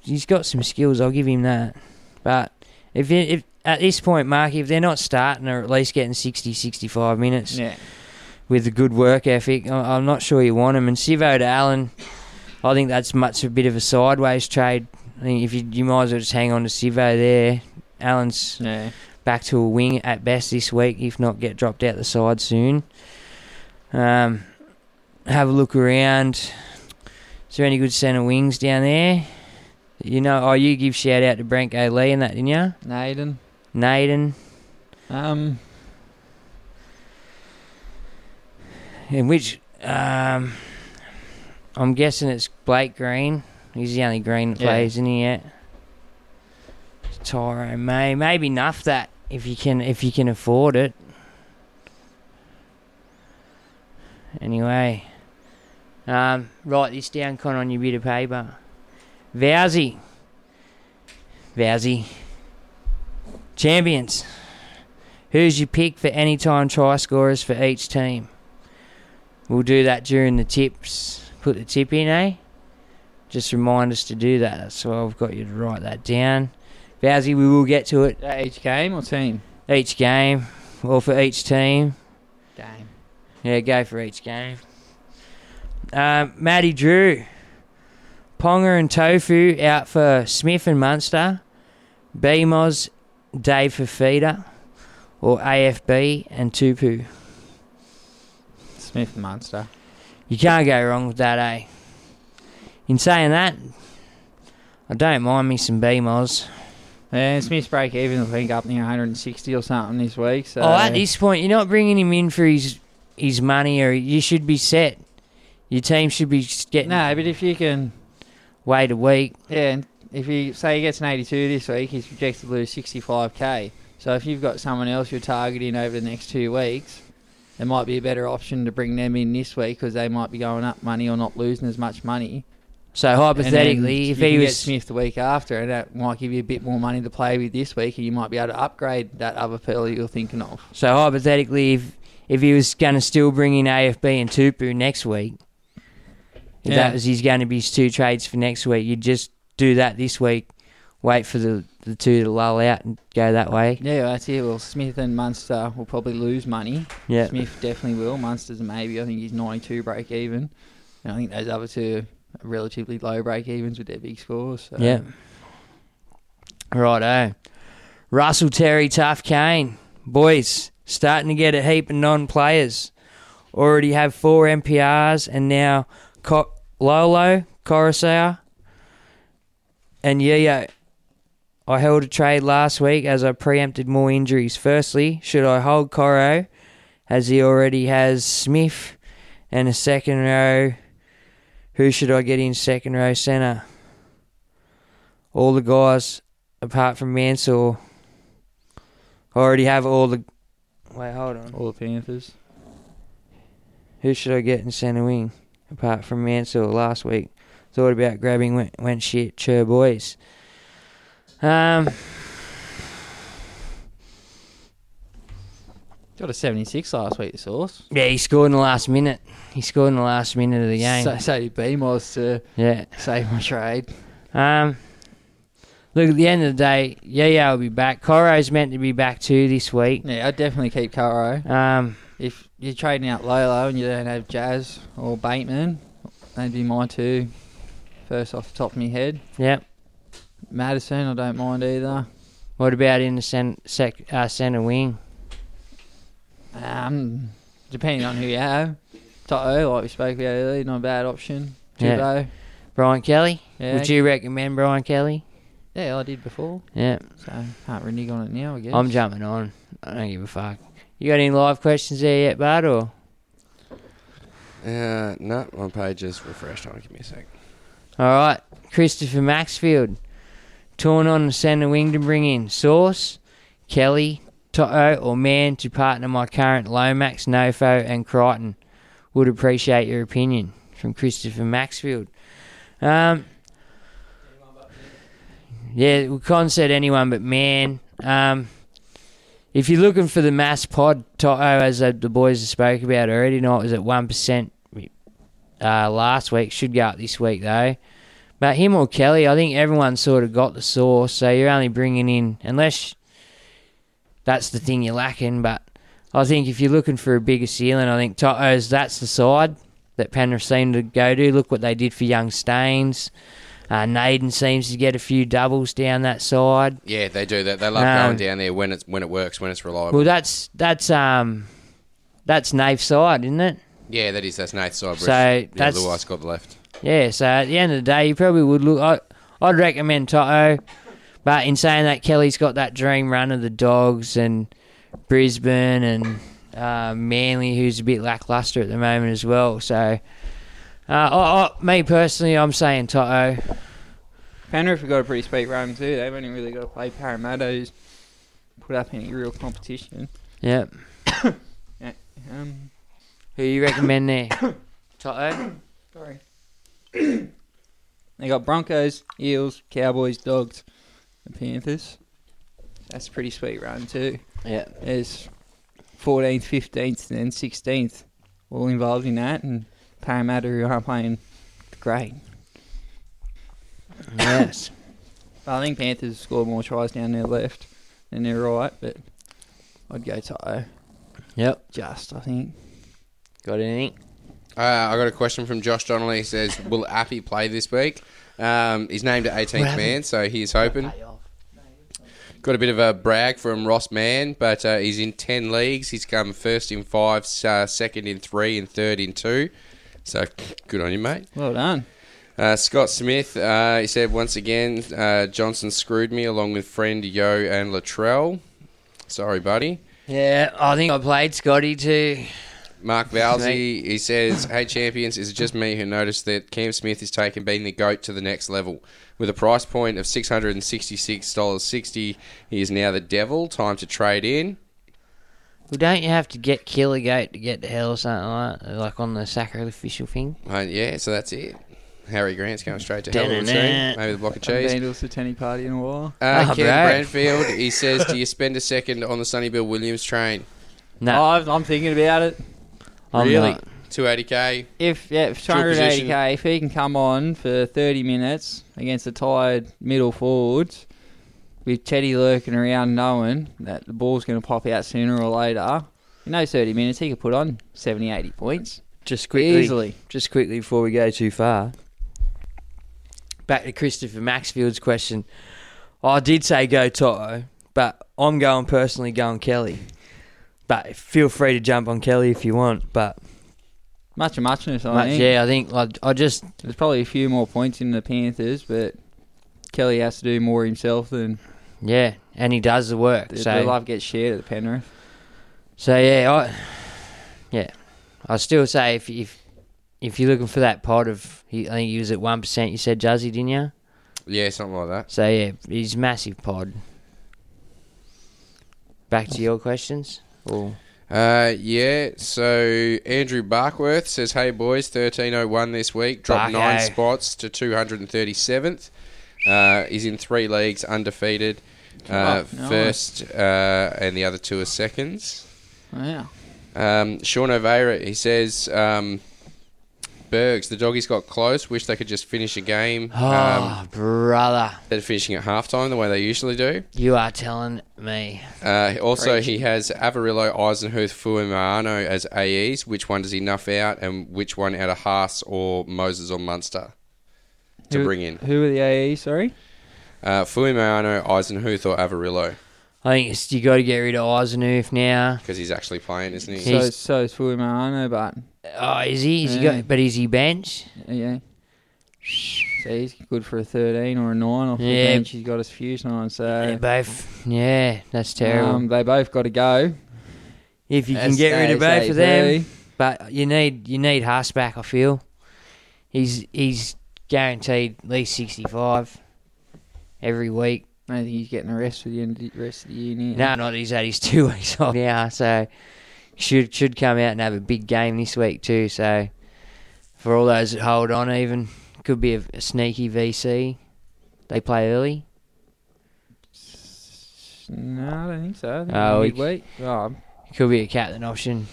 S4: he's got some skills. I'll give him that. But if you- if at this point, Mark, if they're not starting or at least getting 60, 65 minutes
S8: Yeah.
S4: with a good work ethic, I- I'm not sure you want him. And Sivo to Allen, I think that's much a bit of a sideways trade. I think if you you might as well just hang on to Sivo there. Allen's back to a wing at best this week, if not get dropped out the side soon. Um, have a look around. Is there any good centre wings down there? You know, oh, you give shout out to Brent A. Lee and that, didn't you?
S8: Naden.
S4: Naden.
S8: Um.
S4: In which, um, I'm guessing it's Blake Green. He's the only Green that
S8: Yeah.
S4: plays, isn't he? Yet. Tyro May, maybe enough that if you can if you can afford it. Anyway, um, write this down, Con, on your bit of paper. Vowsy. Vowsy. Champions. Who's your pick for any time try scorers for each team? We'll do that during the tips. Put the tip in, eh? Just remind us to do that. That's why I've got you to write that down. Vowsy, we will get to it.
S8: Each game or team?
S4: Each game. Or for each team.
S8: Game.
S4: Yeah, go for each game. Um, Matty Drew, Ponga and Tofu out for Smith and Munster. BMOS, Dave for feeder, or AFB and Tupu.
S8: Smith and Munster.
S4: You can't go wrong with that, eh? In saying that, I don't mind me some BMOS.
S8: And Smith's break even, I think, up near 160 or something this week. So
S4: Oh, at this point, you're not bringing him in for his his money, or you should be set. Your team should be getting.
S8: No, but if you can
S4: wait a week,
S8: Yeah, and if you say he gets an 82 this week, he's projected to lose 65k. So if you've got someone else you're targeting over the next two weeks, it might be a better option to bring them in this week because they might be going up money or not losing as much money.
S4: So hypothetically, if
S8: you
S4: he
S8: can
S4: was-
S8: get Smith the week after, and that might give you a bit more money to play with this week, and you might be able to upgrade that other fella you're thinking of.
S4: So hypothetically, if if he was going to still bring in AFB and Tupu next week, If
S8: Yeah.
S4: that was his going to be his two trades for next week, you'd just do that this week, wait for the, the two to lull out and go that way.
S8: Yeah, that's it. Well, Smith and Munster will probably lose money.
S4: Yeah.
S8: Smith definitely will. Munster's a maybe. I think he's 92 break even. And I think those other two are relatively low break evens with their big scores. So.
S4: Yeah. Righto. Russell Terry, tough Kane. Boys, starting to get a heap of non players. Already have four MPRs and now Co- Lolo, Coruscant, and Yo. I held a trade last week as I preempted more injuries. Firstly, should I hold Coro as he already has Smith and a second row? Who should I get in second row centre? all the guys apart from Mansell already have all the. Wait, hold on.
S8: All the Panthers.
S4: Who should I get in centre wing apart from Mansell last week? Thought about grabbing went, went shit. Chur boys. Um,
S8: Got a 76 last week, the Source.
S4: yeah, he scored in the last minute. He scored in the last minute of the game.
S8: So, so BMOS to
S4: yeah.
S8: save my trade.
S4: Um, look, at the end of the day, yeah, yeah, I'll be back. Coro's meant to be back too this week.
S8: Yeah, I'd definitely keep Caro.
S4: Um,
S8: If you're trading out Lolo and you don't have Jazz or Bateman, they'd be my two first off the top of my head.
S4: Yep.
S8: Madison, I don't mind either.
S4: What about in the cen- sec- uh, centre wing?
S8: Um, depending on who you have. Toto, like we spoke about earlier, not a bad option.
S4: Yeah.
S8: Jumbo.
S4: Brian Kelly?
S8: Yeah.
S4: Would you recommend Brian Kelly?
S8: Yeah. I did before.
S4: Yeah.
S8: So can't renege on it now, I guess.
S4: I'm jumping on. I don't give a fuck. You got any live questions there yet, bud? Or
S3: Uh, no, my page is refreshed. Hold on, give me a sec.
S4: all right, Christopher Maxfield, torn on the centre wing to bring in Source, Kelly, Toto, or Man to partner my current Lomax, Nofo, and Crichton. Would appreciate your opinion from Christopher Maxfield. Um, yeah, well, Con said anyone but Man. Um, If you're looking for the mass pod, Toto, as the the boys have spoke about already, know it was at 1% uh, last week. Should go up this week, though. But him or Kelly, I think everyone sort of got the source, so you're only bringing in, unless that's the thing you're lacking. But I think if you're looking for a bigger ceiling, I think Toto's, that's the side that Penrith seem to go to. Look what they did for young Staines. Uh, Naden seems to get a few doubles down that side.
S3: Yeah, they do that. They love
S4: Um,
S3: going down there when it's when it works, when it's reliable.
S4: Well, that's that's um, that's Naif's side, isn't it?
S3: yeah, that is that's Nate's side.
S4: So
S3: Bruce. yeah,
S4: that's-
S3: the white's got the left.
S4: Yeah. So at the end of the day, you probably would look. I, I'd recommend Toto, but in saying that, Kelly's got that dream run of the Dogs and Brisbane and uh, Manly, who's a bit lackluster at the moment as well. So, uh, I, I, me personally, I'm saying Toto.
S8: Penrith have got a pretty sweet run too. They've only really got to play Parramatta, who's put up any real competition.
S4: Yeah.
S8: Yeah, Um,
S4: Who you recommend there? Toto.
S8: Sorry. they got Broncos, Eels, Cowboys, Dogs, and Panthers. That's a pretty sweet run too.
S4: Yeah.
S8: There's 14th, 15th, and then 16th, all involved in that, and Parramatta who aren't playing great.
S4: Yes.
S8: I think Panthers score more tries down their left than their right, but I'd go Toto.
S4: Yep.
S8: Just, I think.
S4: Got anything?
S3: Uh, I got a question from Josh Donnelly. He says, "Will Appy play this week?" Um, he's named at 18th man, so he is hoping. Got a bit of a brag from Ross Mann, but uh, he's in 10 leagues. He's come first in five, uh, second in three, and third in two. So good on you, mate.
S8: Well done.
S3: Uh, Scott Smith, uh, he said once again, uh, Johnson screwed me along with friend Yo and Latrell. Sorry, buddy.
S4: Yeah, I think I played Scotty too.
S3: Mark Valsey, he says, Hey champions, is it just me who noticed that Cam Smith is taking being the GOAT to the next level? With a price point of $666.60, he is now the devil. Time to trade in.
S4: Well, don't you have to get Killer Goat to get to hell or something like that? Like on the sacrificial thing?
S3: Uh, yeah, so that's it. Harry Grant's going straight to hell with a tree. Maybe the block of
S8: Haven't
S3: cheese.
S8: been to a satanic party in a while.
S3: Uh,
S8: Oh,
S3: Ken
S8: bro.
S3: Branfield, he says, Do you spend a second on the Sonny Bill Williams train?
S4: No.
S8: I'm thinking about it.
S4: I'm
S3: really?
S4: not.
S3: 280k.
S8: If yeah, if
S3: Dual position.
S8: 280k, if he can come on for 30 minutes against the tired middle forwards, with Teddy lurking around, knowing that the ball's going to pop out sooner or later, in those 30 minutes he could put on 70, 80 points.
S11: Just quickly,
S8: Easily.
S11: Just quickly before we go too far.
S4: Back to Christopher Maxfield's question. I did say go Toto, but I'm going personally going Kelly. But feel free to jump on Kelly if you want. But
S8: Much of muchness, I
S4: Much,
S8: think.
S4: yeah, I think like, I just
S8: there's probably a few more points in the Panthers, but Kelly has to do more himself than
S4: yeah, and he does the work.
S8: the,
S4: so
S8: the love gets shared at the Penrith.
S4: So yeah, I yeah, I still say if if if you're looking for that pot of, he, I think he was at one percent. You said Juzzy, didn't you?
S3: Yeah, something like that.
S4: So yeah, he's massive pod. Back to your questions. Or
S3: Uh, yeah, so Andrew Barkworth says, Hey boys, 1301 this week, dropped
S4: Barko.
S8: eh?
S3: nine spots to 237th. Uh, he's in three leagues, undefeated. Uh,
S8: Oh, nice.
S3: First, uh, and the other two are seconds.
S8: Wow.
S3: Um, Sean O'Veira, he says, um, Bergs, the doggies got close. Wish they could just finish a game.
S8: Oh. Um,
S4: Ah, brother.
S3: They're finishing at halftime the way they usually do.
S4: you are telling me.
S3: Uh, also, he has Avarillo, Eisenhuth, Fuimano as AEs. Which one does he nuff out, and which one out of Haas or Moses or Munster to
S8: Who-
S3: bring in?
S8: Who are the AE? Sorry,
S3: Uh, Fuimano, Eisenhuth, or Avarillo?
S4: I think it's, you got to get rid of Eisenhuth now.
S3: Because he's actually playing, isn't he?
S8: so so is Fuimano, but
S4: oh, is he? Is he
S8: yeah.
S4: got, but is he bench?
S8: yeah. So he's good for a thirteen or a nine off
S4: Yeah.
S8: the bench. He's got his fusion on, so
S4: They're both. Yeah, that's terrible.
S8: Um, they both got to go.
S4: If you can get rid of both of them, but you need you need Haas back. I feel he's he's guaranteed at least sixty five every week.
S8: I don't think he's getting a rest for the end of the rest of the year now.
S4: No, not he's had his two weeks off now, so should should come out and have a big game this week too. So for all those that hold on, even could be a, a sneaky VC. They play early.
S8: No, I don't think so. I think
S4: Oh, we-
S8: midweek. Oh,
S4: Could be a captain option.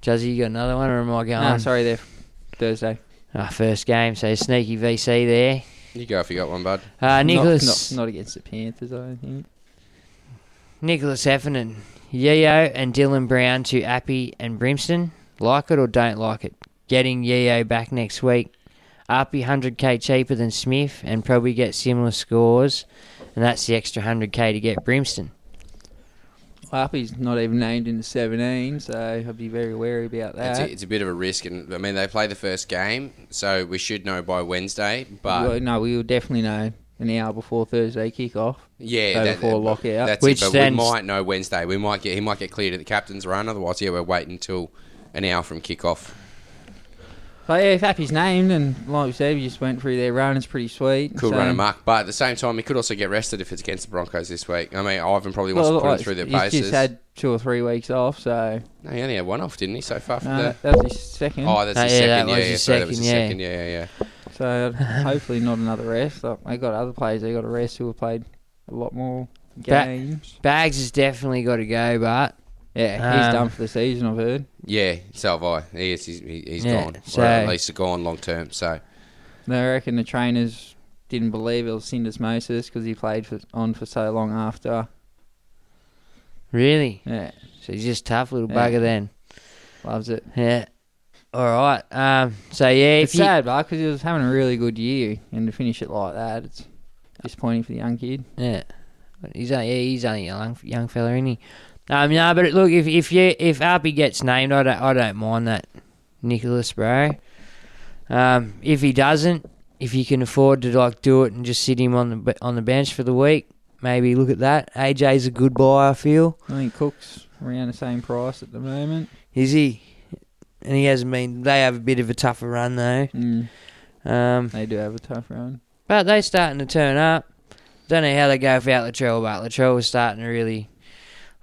S4: Juzzy, you got another one, or am I going?
S8: no, sorry, they're Thursday.
S4: Our first game, so sneaky VC there.
S3: You go if you got one, bud.
S4: Uh,
S8: Not-
S4: Nicholas.
S8: not, not against the Panthers, I don't think.
S4: Nicholas Heffernan, Yeo and Dylan Brown to Appy and Brimston. Like it or don't like it. Getting Yeo back next week. Appy 100k cheaper than Smith and probably get similar scores. And that's the extra 100k to get Brimston.
S8: Lappy's not even named in the 17, so I'd be very wary about that.
S3: It's a, it's a bit of a risk, and I mean they play the first game, so we should know by Wednesday. But
S8: Well, no, we will definitely know an hour before Thursday kickoff.
S3: Yeah,
S8: so
S3: that-
S8: before lockout.
S3: That's Which it, but we might know Wednesday. We might get he might get cleared at the captain's run. Otherwise, yeah, we're waiting until an hour from kickoff.
S8: But yeah, if Appy's named, and like we said, we just went through their run, it's pretty sweet.
S3: Could
S8: so-
S3: run amok, but at the same time, he could also get rested if it's against the Broncos this week. I mean, Ivan probably wants to put him
S8: like,
S3: through their
S8: he's
S3: paces.
S8: just had two or three weeks off, so.
S3: no, he only had one off, didn't he? So far from
S8: No,
S3: that.
S8: that was his second.
S3: Oh, that's
S8: Oh,
S3: his
S8: yeah,
S3: second.
S8: that
S3: yeah,
S8: was
S3: yeah,
S8: his
S3: sorry, that was his second.
S8: second,
S3: Yeah, yeah, yeah.
S8: So hopefully not another rest. Like, They got other players. They got a rest who have played a lot more
S4: Ba-
S8: games.
S4: Bags has definitely got to go, but.
S8: Yeah, he's done for the season. I've heard.
S3: Yeah, so have I. He is, he's he- he's
S8: Yeah,
S3: gone,
S8: so-
S3: or at least gone long term. So
S8: They reckon the trainers didn't believe it was syndesmosis because he played for, on for so long after.
S4: Really?
S8: Yeah.
S4: So he's just tough little
S8: Yeah.
S4: bugger then.
S8: Loves it.
S4: Yeah. All right. Um, so yeah,
S8: It's
S4: if you,
S8: sad, but because he was having a really good year, and to finish it like that, it's disappointing for the young kid.
S4: Yeah, he's only, yeah, he's only a young, young fella, isn't he? Um, no, but look, if if you if Arby gets named, I don't I don't mind that, Nicholas, bro. Um, if he doesn't, if you can afford to like do it and just sit him on the be- on the bench for the week, maybe look at that. AJ's a good buy, I feel.
S8: I think Cook's around the same price at the moment.
S4: Is he? And he hasn't been. They have a bit of a tougher run though. Um,
S8: they do have a tough run,
S4: but they starting to turn up. Don't know how they go without Latrell, but Latrell was starting to really,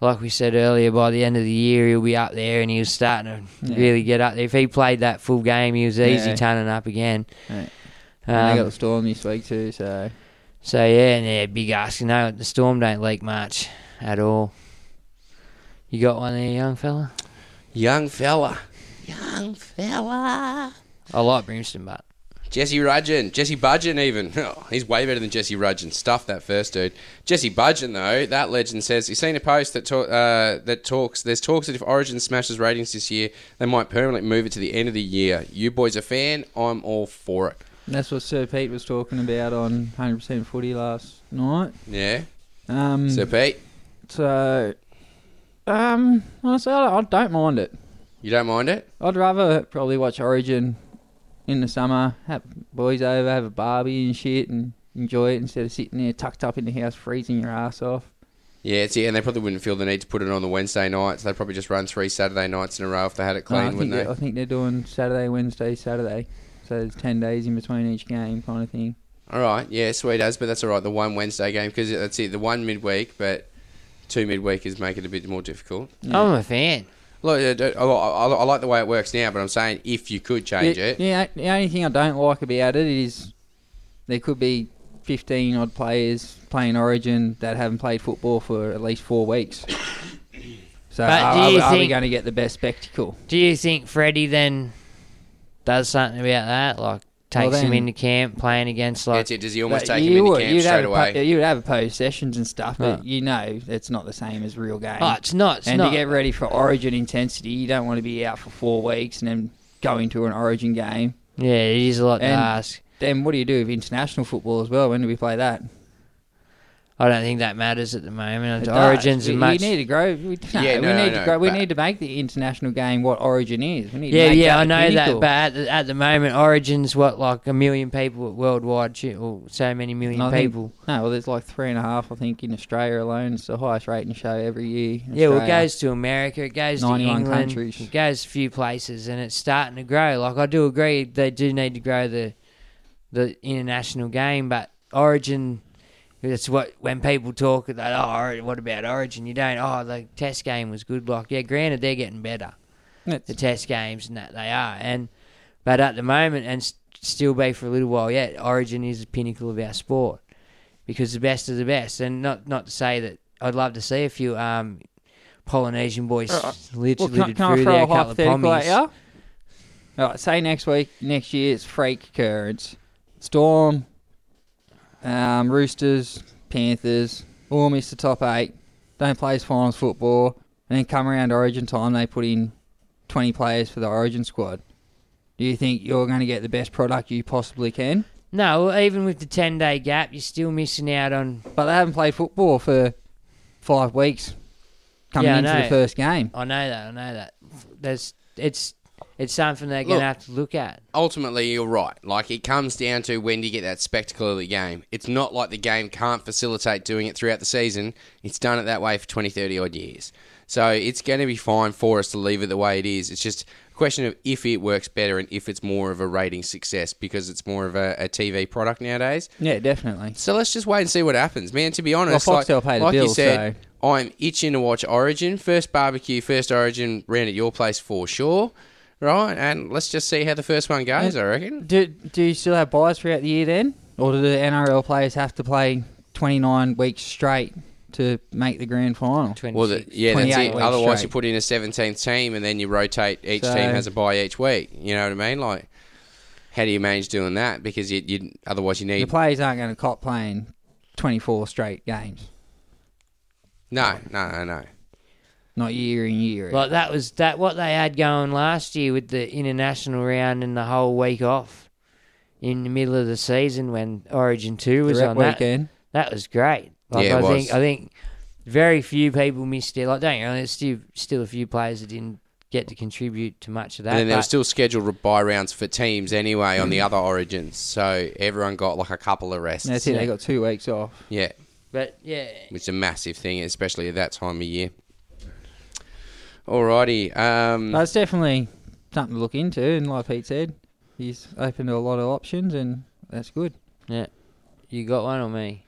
S4: like we said earlier, by the end of the year he'll be up there, and he was starting to
S8: Yeah.
S4: really get up there. If he played that full game, he was easy
S8: Yeah.
S4: turning up again.
S8: Yeah. And they got
S4: Um,
S8: the Storm this week too, so
S4: So yeah, and yeah, big ask. You know, the storm don't leak much at all. You got one there, young fella.
S3: Young fella.
S12: young fella.
S4: I like Brimston, but
S3: Jesse Rudgeon, Jesse Budgeon, even. Oh, he's way better than Jesse Rudgeon. Stuff that first dude. Jesse Budgeon, though, that legend says he's seen a post that ta- uh, that talks. There's talks that if Origin smashes ratings this year, they might permanently move it to the end of the year. You boys are fan. I'm all for it.
S8: And that's what Sir Pete was talking about on 100% Footy last night.
S3: Yeah.
S8: Um,
S3: Sir Pete,
S8: So, um, honestly, I I don't mind it.
S3: you don't mind it?
S8: I'd rather probably watch Origin in the summer, have boys over, have a barbie and shit, and enjoy it instead of sitting there tucked up in the house freezing your ass off.
S3: Yeah, it's, yeah, and they probably wouldn't feel the need to put it on the Wednesday nights. They'd probably just run three Saturday nights in a row if they had it
S8: No,
S3: clean,
S8: I, think
S3: wouldn't they?
S8: I think they're doing Saturday, Wednesday, Saturday. So there's 10 days in between each game kind of thing.
S3: All right, yeah, sweet as, but that's all right. The one Wednesday game because that's it. The one midweek, but two midweek is making it a bit more difficult.
S4: I'm a fan.
S3: Look, I, I, I- I like the way it works now, but I'm saying if you could change
S8: the,
S3: it,
S8: The, o- the only thing I don't like about it is there could be 15 odd players playing Origin that haven't played football for at least four weeks. so
S4: But
S8: are,
S4: do
S8: are
S4: you
S8: we- are we
S4: think-
S8: going to get the best spectacle?
S4: do you think Freddie then does something about that? Like takes
S8: Well,
S4: him
S8: then-
S4: into camp playing against like.
S3: That's it. Does he
S8: But you would- you'd have a po- you would have a post sessions and stuff, but you know it's not the same as real game.
S4: Oh, it's not, it's
S8: and
S4: not.
S8: to get ready for Origin intensity, you don't want to be out for four weeks and then going to an Origin game.
S4: Yeah, it is a lot to
S8: And
S4: ask.
S8: Then what do you do with international football as well? When do we play that?
S4: I don't think that matters at the moment.
S8: It
S4: Origins
S8: does.
S4: are
S8: We-
S4: much.
S8: We need to grow. We, no,
S4: Yeah, no,
S8: we need
S4: no,
S8: to grow. We
S4: but-
S8: need to make the international game what Origin is. We need to
S4: yeah,
S8: make
S4: yeah, I
S8: that the
S4: know
S8: pinnacle.
S4: that, but at the, at the moment, Origins what like a million people worldwide, chi- or so many million
S8: I think-
S4: people.
S8: no, well, there's like three and a half, I think, in Australia alone. It's the highest rating show every year. in
S4: Yeah, well, it
S8: Australia.
S4: goes to America, it goes to
S8: 91
S4: England,
S8: countries.
S4: it goes a few places, and it's starting to grow. Like I do agree, they do need to grow the the international game, but Origin. That's what when people talk that oh Ori- what about Origin you don't oh the Test game was good like yeah granted they're getting better the Test games and that they are and but at the moment and s still be for a little while yet Origin is the pinnacle of our sport because the best of the best and not not to say that I'd love to see a few um, Polynesian boys
S8: Uh,
S4: literally
S8: well, can, can I
S4: threw
S8: throw
S4: their
S8: a
S4: couple of
S8: hypothetical at
S4: pommies.
S8: ya? All right, say next week, next year it's freak currents, storm, um, roosters, panthers, all miss the top eight, don't play as finals football, and then come around origin time they put in twenty players for the origin squad. Do you think you're going to get the best product you possibly can?
S4: No, well, even with the ten day gap, you're still missing out on.
S8: But they haven't played football for five weeks coming
S4: Yeah, I
S8: into the
S4: know.
S8: first game.
S4: I know that. I know that. There's it's it's something they're
S3: Look.
S4: gonna have to look at.
S3: ultimately you're right. Like it comes down to when do you get that spectacle of the game. It's not like the game can't facilitate doing it throughout the season. It's done it that way for 20, 30 odd years. So it's going to be fine for us to leave it the way it is. It's just a question of if it works better and if it's more of a rating success because it's more of a, a TV product nowadays.
S8: Yeah, definitely.
S3: So let's just wait and see what happens, man. To be honest,
S8: Well,
S3: like,
S8: Foxtel pay the
S3: like you
S8: bill,
S3: said, I'm itching to watch Origin. First barbecue, first Origin round at your place for sure, right? And let's just see how the first one goes. I reckon.
S8: Do Do you still have buys throughout the year then, or do the NRL players have to play twenty nine weeks straight to make the grand final?
S3: Well, the, yeah, that's
S8: 28
S3: it.
S8: weeks
S3: Otherwise, you
S8: straight.
S3: put in a 17th team, and then you rotate. Each
S8: So-
S3: team has a bye each week. You know what I mean? Like, how do you manage doing that? Because you, you otherwise you
S8: the
S3: need
S8: players aren't going to cop playing twenty four straight games,
S3: no, no, no, no.
S8: not year in year.
S4: Like that was that what they had going last year with the international round and the whole week off in the middle of the season when Origin Two was
S8: rep
S4: on
S8: weekend.
S4: that. That was great. Like
S8: Yeah, it
S4: I
S8: was.
S4: think I think very few people missed it. Like don't you know, there's still still a few players that didn't get to contribute to much of that.
S3: and then there
S4: but-
S3: were still scheduled bye rounds for teams anyway on the other origins, so everyone got like a couple of rests.
S8: Mm. That's it. They got two weeks off.
S3: Yeah.
S4: But yeah.
S3: Which is a massive thing, especially at that time of year. Alrighty.
S4: Mm.
S3: Um,
S8: That's definitely something to look into. And like Pete said, he's open to a lot of options, and that's good.
S4: Yeah, you got one on me.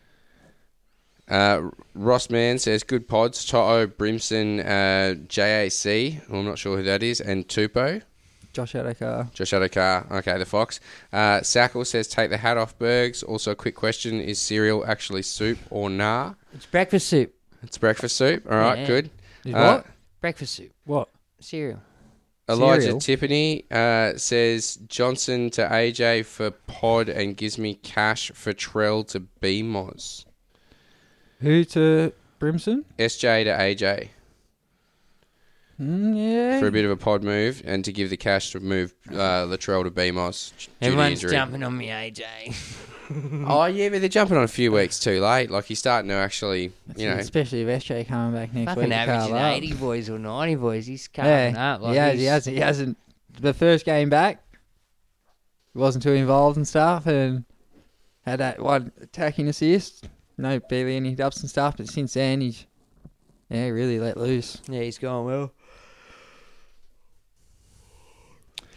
S3: Uh, Ross Mann says, good pods. Toto, Brimson, uh, JAC, well, I'm not sure who that is, and Tupo.
S8: Josh Adokar.
S3: Josh Adokar. Okay, the Fox. Uh, Sackle says, take the hat off, Bergs. Also, a quick question is cereal actually soup or nah?
S4: It's breakfast soup.
S3: It's breakfast soup. All right,
S4: Yeah.
S3: good.
S4: Is
S3: Uh,
S4: Breakfast soup.
S8: What?
S4: Cereal.
S3: Elijah
S11: Cereal?
S3: Tiffany uh, says Johnson to AJ for Pod and gives me cash for Trell to BMOS.
S8: Who to Brimson?
S3: SJ to AJ
S8: Mm, yeah.
S3: for a bit of a pod move and to give the cash to move uh, Latrell to BMOS. due to
S4: Everyone's
S3: injury.
S4: jumping on me, AJ.
S3: Oh yeah, but they're jumping on a few weeks too late. Like he's starting to actually, you know,
S8: Especially if SJ coming back next
S4: Fucking
S8: week. to
S4: averaging
S8: carve up.
S4: 80 boys or 90 boys. He's
S8: Yeah,
S4: coming up. Like
S8: he, has,
S4: he's,
S8: he hasn't. He hasn't. The first game back, he wasn't too involved and stuff, and had that one attacking assist. No, barely any dubs and stuff. But since then, he's yeah really let loose.
S4: Yeah, he's going well.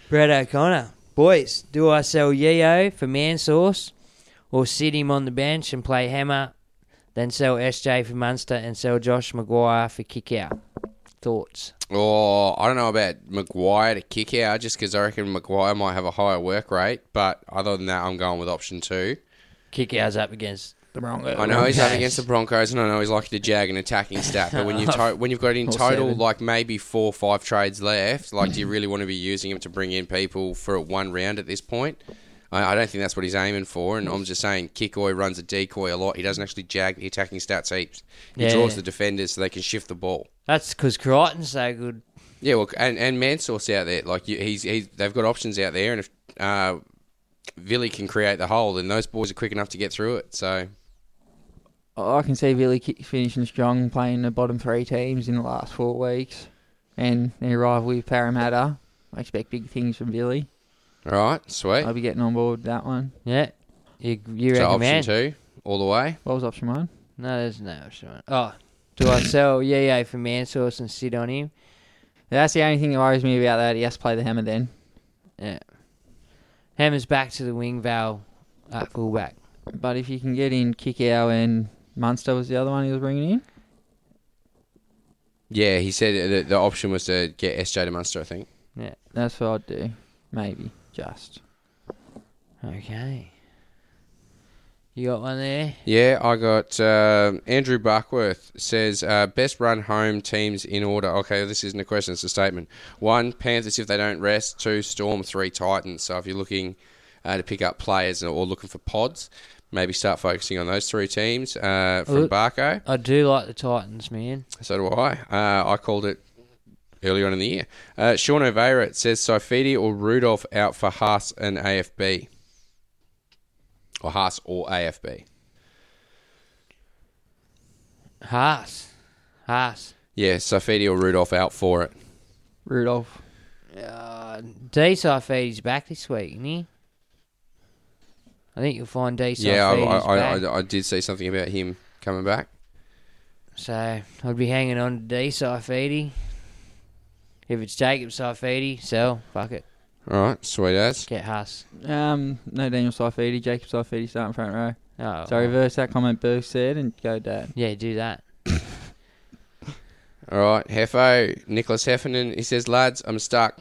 S4: Brad O'Connor. Boys, do I sell Yeo for Mansauce or sit him on the bench and play Hammer, then sell SJ for Munster and sell Josh Maguire for kick out? Thoughts?
S3: Oh, I don't know about Maguire to kick out just because I reckon Maguire might have a higher work rate. But other than that, I'm going with option two.
S4: Kick out's up against the Broncos.
S3: I know he's up against the Broncos, and I know he's likely to jag an attacking stat. But when you to- when you've got in
S4: Or
S3: total
S4: seven.
S3: like maybe four or five trades left, like do you really want to be using him to bring in people for one round at this point? I, I don't think that's what he's aiming for. And I'm just saying, Kikoi runs a decoy a lot. He doesn't actually jag the attacking stats heaps. He
S4: Yeah.
S3: draws the defenders so they can shift the ball.
S4: That's because Crichton's so good.
S3: Yeah, well, and and Mansour's out there. Like you, he's, he's they've got options out there, and if uh, Villy can create the hole, then those boys are quick enough to get through it. So
S8: I I can see Billy ki- finishing strong, playing the bottom three teams in the last four weeks, and their rivalry with Parramatta. I expect big things from Billy.
S3: all right, sweet.
S8: I'll be getting on board with that one.
S4: Yeah, you, you
S3: so option
S4: recommend?
S3: two, all the way.
S8: What was option one?
S4: No, there's no option one. Oh, do I sell Yeo for Mansauce and sit on him?
S8: That's the only thing that worries me about that. He has to play the hammer then.
S4: Yeah. Hammer's back to the wing valve at fullback.
S8: But if you can get in Kickow and Munster was the other one he was bringing in.
S3: Yeah, he said the, the option was to get SJ to Munster. I think.
S4: Yeah,
S8: that's what I'd do. Maybe just.
S4: Okay. You got one there?
S3: Yeah, I got um Andrew Buckworth says uh, best run home teams in order. Okay, this isn't a question; it's a statement. One, Panthers if they don't rest. Two, Storm. Three, Titans. So if you're looking uh, to pick up players or looking for pods, maybe start focusing on those three teams uh, from
S4: Ooh.
S3: Barco.
S4: I do like the Titans, man.
S3: So do I. Uh, I called it earlier on in the year. Uh, Sean O'Vara it says Saifidi or Rudolph out for Haas and AFB, or Haas or AFB.
S4: Haas. Haas.
S3: Yeah, Saifidi or Rudolph out for it.
S8: Rudolph.
S4: Uh, D Saifedi's back this week, isn't he? I think you'll find D Saifedi's
S3: yeah, I, I, I,
S4: back.
S3: I, I did see something about him coming back.
S4: so I'd be hanging on to D Saifedi. If it's Jacob Saifedi, sell. Fuck it.
S3: All right, sweet as.
S4: Get Haas.
S8: Um, no Daniel Saifidi, Jacob Saifidi starting front row.
S4: Oh,
S8: so reverse that comment Burke said and go dad.
S4: Yeah, do that.
S3: All right, Hefo, Nicholas Heffernan. He says, lads, I'm stuck.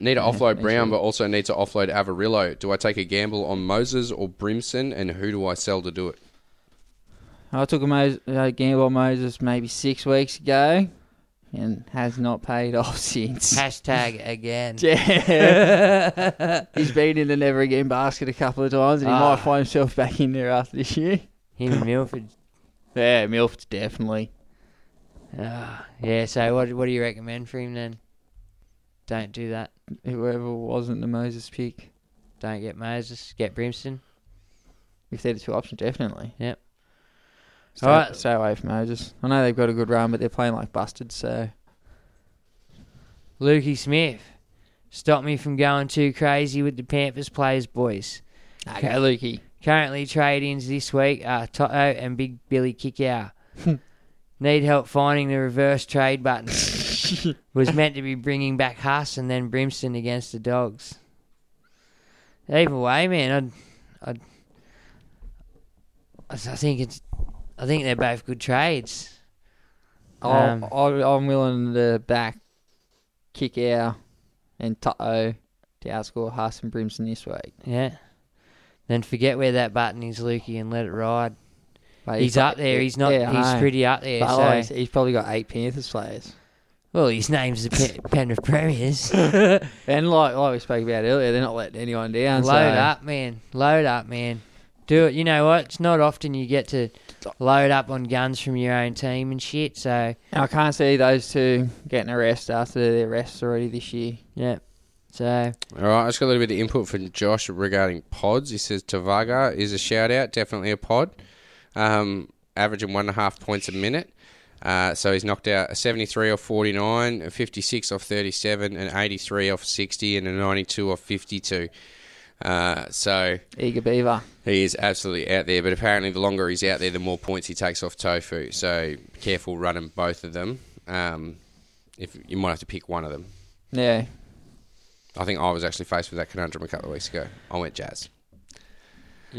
S3: Need to offload Brown, but also need to offload Avarillo. Do I take a gamble on Moses or Brimson, and who do I sell to do it?
S8: I took a Mos- uh, gamble on Moses maybe six weeks ago, and has not paid off since.
S4: Hashtag again.
S8: Yeah. He's been in the never again basket a couple of times, and he
S4: Ah.
S8: might find himself back in there after this year.
S4: Him and Milford.
S8: Yeah, Milford's definitely.
S4: Ah, yeah, so what what do you recommend for him then? Don't do that.
S8: Whoever wasn't the Moses pick,
S4: Don't get Moses. Get Brimson.
S8: if they're the two options, definitely.
S4: Yep.
S8: Stay,
S4: Alright.
S8: stay away from Moses. I know they've got a good run, but they're playing like busted, so.
S4: Lukey Smith. Stop me from going too crazy with the Panthers players, boys.
S8: Okay, Lukey.
S4: Currently trade ins this week are Toto and Big Billy Kickout. Need help finding the reverse trade button. Was meant to be bringing back Huss and then Brimston against the Dogs. Either way, man, I'd, I'd, I s- I think it's, I think they're both good trades.
S8: I'll
S4: Um,
S8: I'll I'm willing to back kick out and Toto to outscore Haas and Brimson this week.
S4: Yeah. Then forget where that button is, Lukey, and let it ride.
S8: But
S4: he's up there. He's not.
S8: yeah, I
S4: he's
S8: know.
S4: pretty up there.
S8: But
S4: so
S8: he's, he's probably got eight Panthers players.
S4: Well, his name's the Pe- Penrith Premiers.
S8: and like like we spoke about earlier, they're not letting anyone down. so-
S4: Load up, man. Load up, man. Do it. You know what? It's not often you get to load up on guns from your own team and shit. So
S8: I can't see those two getting a rest after their rests already this year.
S4: Yeah. So
S3: All right, I just got a little bit of input from Josh regarding pods. He says Tavaga is a shout out, definitely a pod, um, averaging one and a half points a minute. Uh, so he's knocked out a 73 off 49, a 56 off 37, an 83 off 60, and a 92 off 52. Uh, so
S8: eager beaver.
S3: He is absolutely out there, but apparently the longer he's out there, the more points he takes off tofu. So careful running both of them. Um, if you might have to pick one of them.
S8: Yeah.
S3: I think I was actually faced with that conundrum a couple of weeks ago. I went jazz. Um,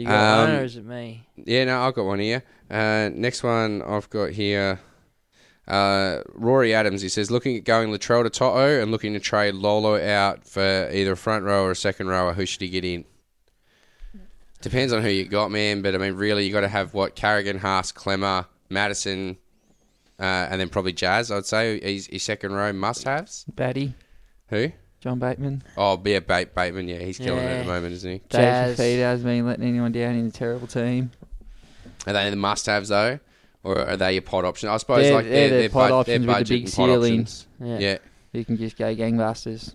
S4: You got one or is it me?
S3: Yeah, no, I've got one here. Uh, next one I've got here. Uh, Rory Adams, he says, looking at going Latrell to Toto and looking to trade Lolo out for either a front row or a second rower, who should he get in? Depends on who you got, man. But I mean, really, you got to have what Carrigan, Haas, Clemmer, Madison, uh, and then probably Jazz. I'd say he's, he's second row must-haves.
S8: Batty,
S3: Who?
S8: John Bateman.
S3: Oh, yeah, Bate, Bateman. Yeah, he's killing it at
S8: Yeah.
S3: the moment, isn't he?
S8: Jazz. David has been letting anyone down in a terrible team.
S3: Are they the must-haves though, or are they your pod option? I suppose
S8: They're-
S3: like
S8: they're
S3: they're,
S8: the
S3: they're,
S8: pod
S3: bud- they're
S8: options with the
S3: budget
S8: big
S3: and pod
S8: ceiling.
S3: options.
S8: Yeah.
S3: Yeah.
S8: You can just go gangbusters.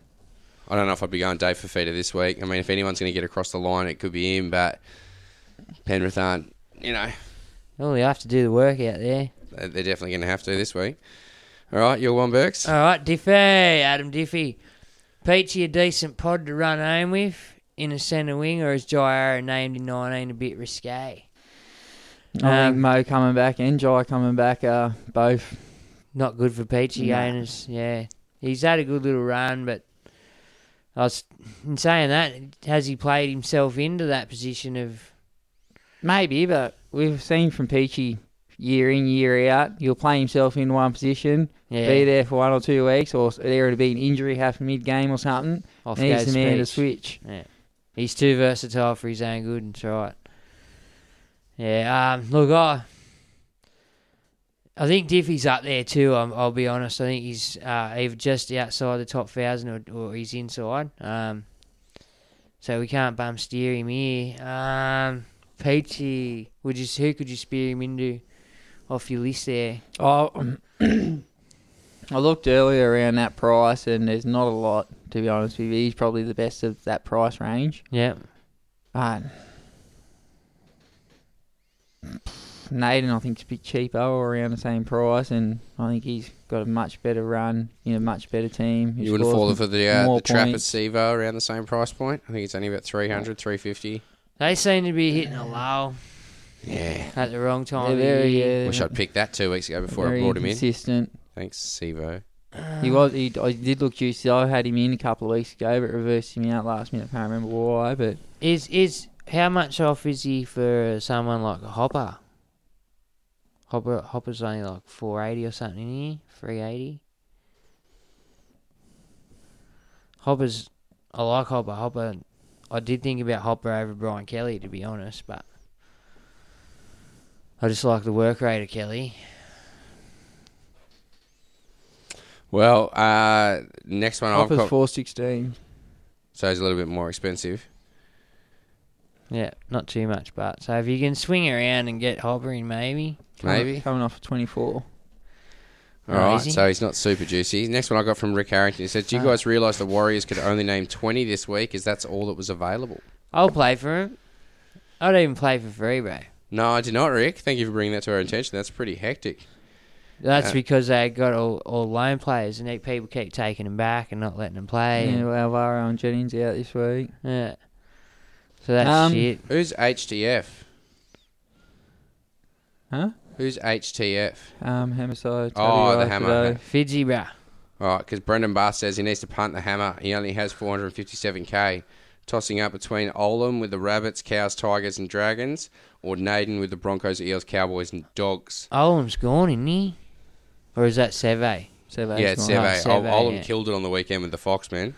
S3: I don't know if I'd be going Dave Fafita this week. I mean, if anyone's going to get across the line, it could be him. But Penrith aren't. You know,
S4: Well, you have to do the work out there.
S3: they're they're definitely going to have to this week. All right, you're one Burks.
S8: Uh,
S4: All right, Diffie, Adam Diffie. Peachy, a decent pod to run home with in a centre wing, or is Jairo named in 19 a bit risque?
S8: I think
S4: Um,
S8: Mo coming back and Jai coming back are both
S4: not good for Peachy
S8: Nah.
S4: owners. Yeah, he's had a good little run, but I was in saying that has he played himself into that position of
S8: Maybe, but we've seen from Peachy year in, year out, he'll play himself in one position,
S4: Yeah.
S8: be there for one or two weeks, or there would be an injury happen mid game or something.
S4: off
S8: and he's
S4: goes
S8: the man to
S4: Peach.
S8: switch.
S4: Yeah, he's too versatile for his own good. and That's right. Yeah. Um. Look, I I think Diffie's up there too. Um, I'll be honest. I think he's uh, either just outside the top thousand or, or he's inside. Um. So we can't bum steer him here. Um. Peachy, would you? Who could you spear him into? Off your list there.
S8: Oh, I looked earlier around that price, and there's not a lot, to be honest with you. He's probably the best of that price range.
S4: Yeah.
S8: Uh, Naden, I think, is a bit cheaper, or around the same price, and I think he's got a much better run in a much better team. He
S3: You wouldn't
S8: scores
S3: fall
S8: m-
S3: for the uh,
S8: more
S3: the trap at
S8: points.
S3: Sivo around the same price point. I think it's only about 300, 350.
S4: They seem to be hitting a low.
S3: Yeah.
S4: At the wrong time. of
S8: They're very,
S4: year.
S8: uh,
S3: Wish I'd picked that two weeks ago before I
S8: Very
S3: brought him in.
S8: inconsistent.
S3: Thanks, Sivo.
S8: He was. He, I did look juicy. I had him in a couple of weeks ago, but reversed him out last minute. Can't remember why, but
S4: Is is how much off is he for someone like Hopper? Hopper Hopper's only like four eighty or something in here, three eighty. Hopper's I like Hopper. Hopper, I did think about Hopper over Brian Kelly to be honest, but I just like the work rate of Kelly.
S3: Well, uh, next one I've
S8: Hopper's
S3: got.
S8: four sixteen.
S3: So it's a little bit more expensive.
S4: Yeah, not too much, but so if you can swing around and get Hopper in, maybe,
S3: Maybe.
S8: coming off twenty four.
S3: All right,
S4: Crazy.
S3: so he's not super juicy. Next one I got from Rick Harrington. He said, "Do you
S4: Ah.
S3: guys realise the Warriors could only name twenty this week? Is that's all that was available?"
S4: I'll play for him. I'd even play for free, bro.
S3: No, I did not, Rick. Thank you for bringing that to our attention. That's pretty hectic.
S4: That's
S3: Uh,
S4: because they got all, all loan players, and they, people keep taking them back and not letting them play.
S8: Yeah,
S4: and-
S8: well, Alvaro and Jennings out this week.
S4: Yeah. So that's
S8: Um,
S4: shit.
S3: Who's HTF?
S8: Huh?
S3: Who's HTF?
S8: Um, Hammerside.
S3: Oh, the
S8: Taddeo,
S3: hammer.
S8: Fido.
S4: Fidji, bruh.
S3: All right, because Brendan Barth says he needs to punt the hammer. He only has 457k. Tossing up between Olam with the Rabbits, Cows, Tigers, and Dragons, or Naden with the Broncos, Eels, Cowboys, and Dogs.
S4: Olam's gone, isn't he? Or is that Seve?
S8: Seve.
S3: yeah, it's Seve.
S4: Oh,
S3: Ol- Olam
S4: yeah.
S3: killed it on the weekend with the Fox, man.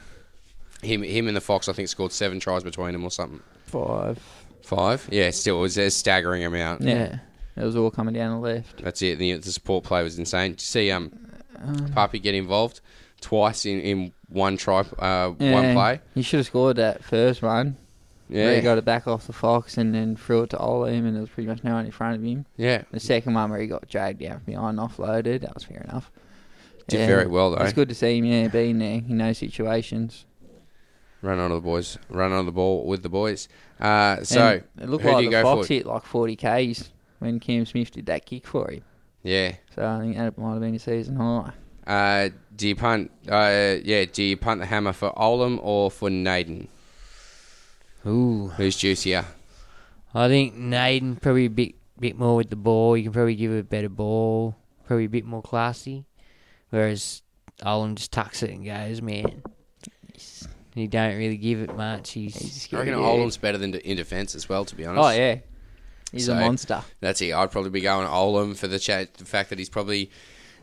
S3: Him, him and the Fox, I think, scored seven tries between them or something.
S8: Five.
S3: Five? Yeah, still, it was a staggering amount.
S8: Yeah. It was all coming down the left.
S3: That's it. The, the support play was insane. Did you see um,
S8: Um.
S3: Papi get involved twice in, in one try, uh,
S8: Yeah,
S3: one play.
S8: You should have scored that first one.
S3: Yeah.
S8: Where he got it back off the Fox and then threw it to Olim and there was pretty much no one in front of him.
S3: Yeah.
S8: The second one where he got dragged down from behind, offloaded, that was fair enough.
S3: Did very well, though.
S8: It's good to see him, yeah, being there in those situations.
S3: Run on to the boys. Run on the ball with the boys. Uh, so
S8: And it looked
S3: who
S8: like
S3: do you go
S8: the Fox
S3: for?
S8: hit like 40 Ks when Cam Smith did that kick for him.
S3: Yeah.
S8: So I think that might have been a season high.
S3: Uh, do you punt? Uh, yeah. Do you punt the hammer for Olam or for Naden?
S4: Ooh.
S3: Who's juicier?
S4: I think Naden probably a bit bit more with the ball. You can probably give it a better ball. Probably a bit more classy. Whereas Olin just tucks it and goes, man. He don't really give it much. He's,
S3: I reckon Olam's better than in defence as well. To be honest.
S4: Oh, yeah. He's a monster.
S3: That's it. I'd probably be going Olam for the cha- the fact that he's probably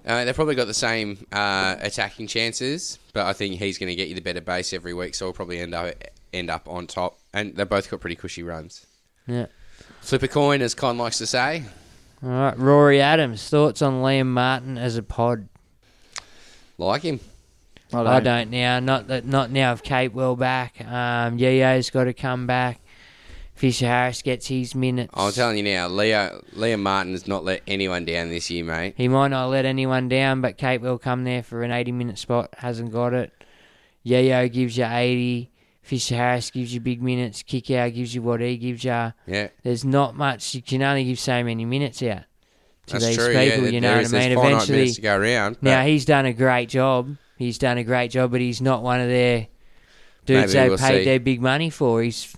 S3: uh, they've probably got the same uh, attacking chances, but I think he's going to get you the better base every week, so we'll probably end up end up on top. And they both got pretty cushy runs.
S4: Yeah.
S3: Flip a coin, as Con likes to say.
S4: All right, Rory Adams. Thoughts on Liam Martin as a pod?
S3: Like him.
S4: I don't, now. Not that. Not now. Of Cape well back. Um, Yayo's got to come back. Fisher Harris gets his minutes.
S3: I'm telling you now, Leo Liam Martin has not let anyone down this year, mate.
S4: He might not let anyone down, but Cape will come there for an 80 minute spot. Hasn't got it. Yayo gives you 80. Fisher Harris gives you big minutes. Kick out gives you what he gives you.
S3: Yeah.
S4: There's not much. You can only give so many minutes out to
S3: That's
S4: these
S3: true, yeah,
S4: people.
S3: there-
S4: you know
S3: there
S4: what
S3: is-
S4: I
S3: there's
S4: mean?
S3: finite minutes
S4: Eventually,
S3: to go around, but-
S4: now he's done a great job. He's done a great job, but he's not one of their dudes
S3: Maybe
S4: they
S3: we'll
S4: paid
S3: see.
S4: their big money for. He's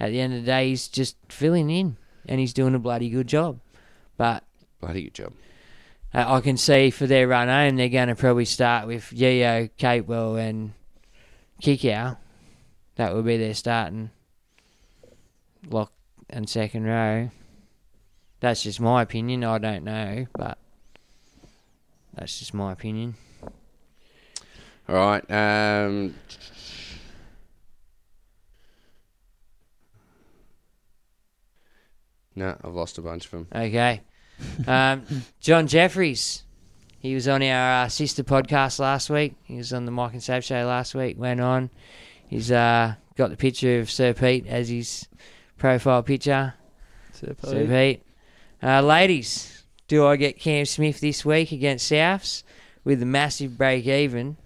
S4: at the end of the day, he's just filling in, and he's doing a bloody good job. But uh,
S3: bloody good job.
S4: I I can see for their run home, they're going to probably start with Yeo, Capewell, and Kikau. That would be their starting lock and second row. That's just my opinion. I don't know, but that's just my opinion.
S3: All right. Um, no, I've lost a bunch of them.
S4: Okay. Um, John Jeffries. He was on our uh, sister podcast last week. He was on the Mike and Save show last week. Went on. He's uh, got the picture of Sir Pete as his profile picture.
S8: Sir Pete.
S4: Sir Pete. Uh, ladies, do I get Cam Smith this week against Souths with a massive break even,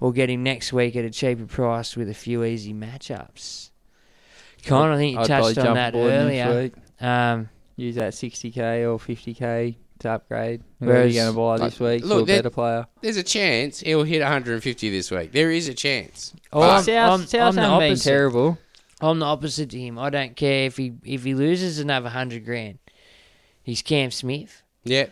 S4: or get him next week at a cheaper price with a few easy matchups? Con, I think you
S8: I'd probably
S4: touched on
S8: jump
S4: that
S8: aboard next
S4: earlier.
S8: week.
S4: Um,
S8: Use that 60k or 50k to upgrade. Where are you
S3: Whereas-
S8: going to buy this week? Look, to a
S3: there-
S8: better player.
S3: There's a chance he'll hit 150 this week. There is a chance.
S4: Oh,
S3: But-
S4: I'm, I'm, I'm the
S8: haven't been
S4: opposite.
S8: terrible.
S4: I'm the opposite to him. I don't care if he if he loses another hundred grand. He's Cam Smith.
S3: Yeah.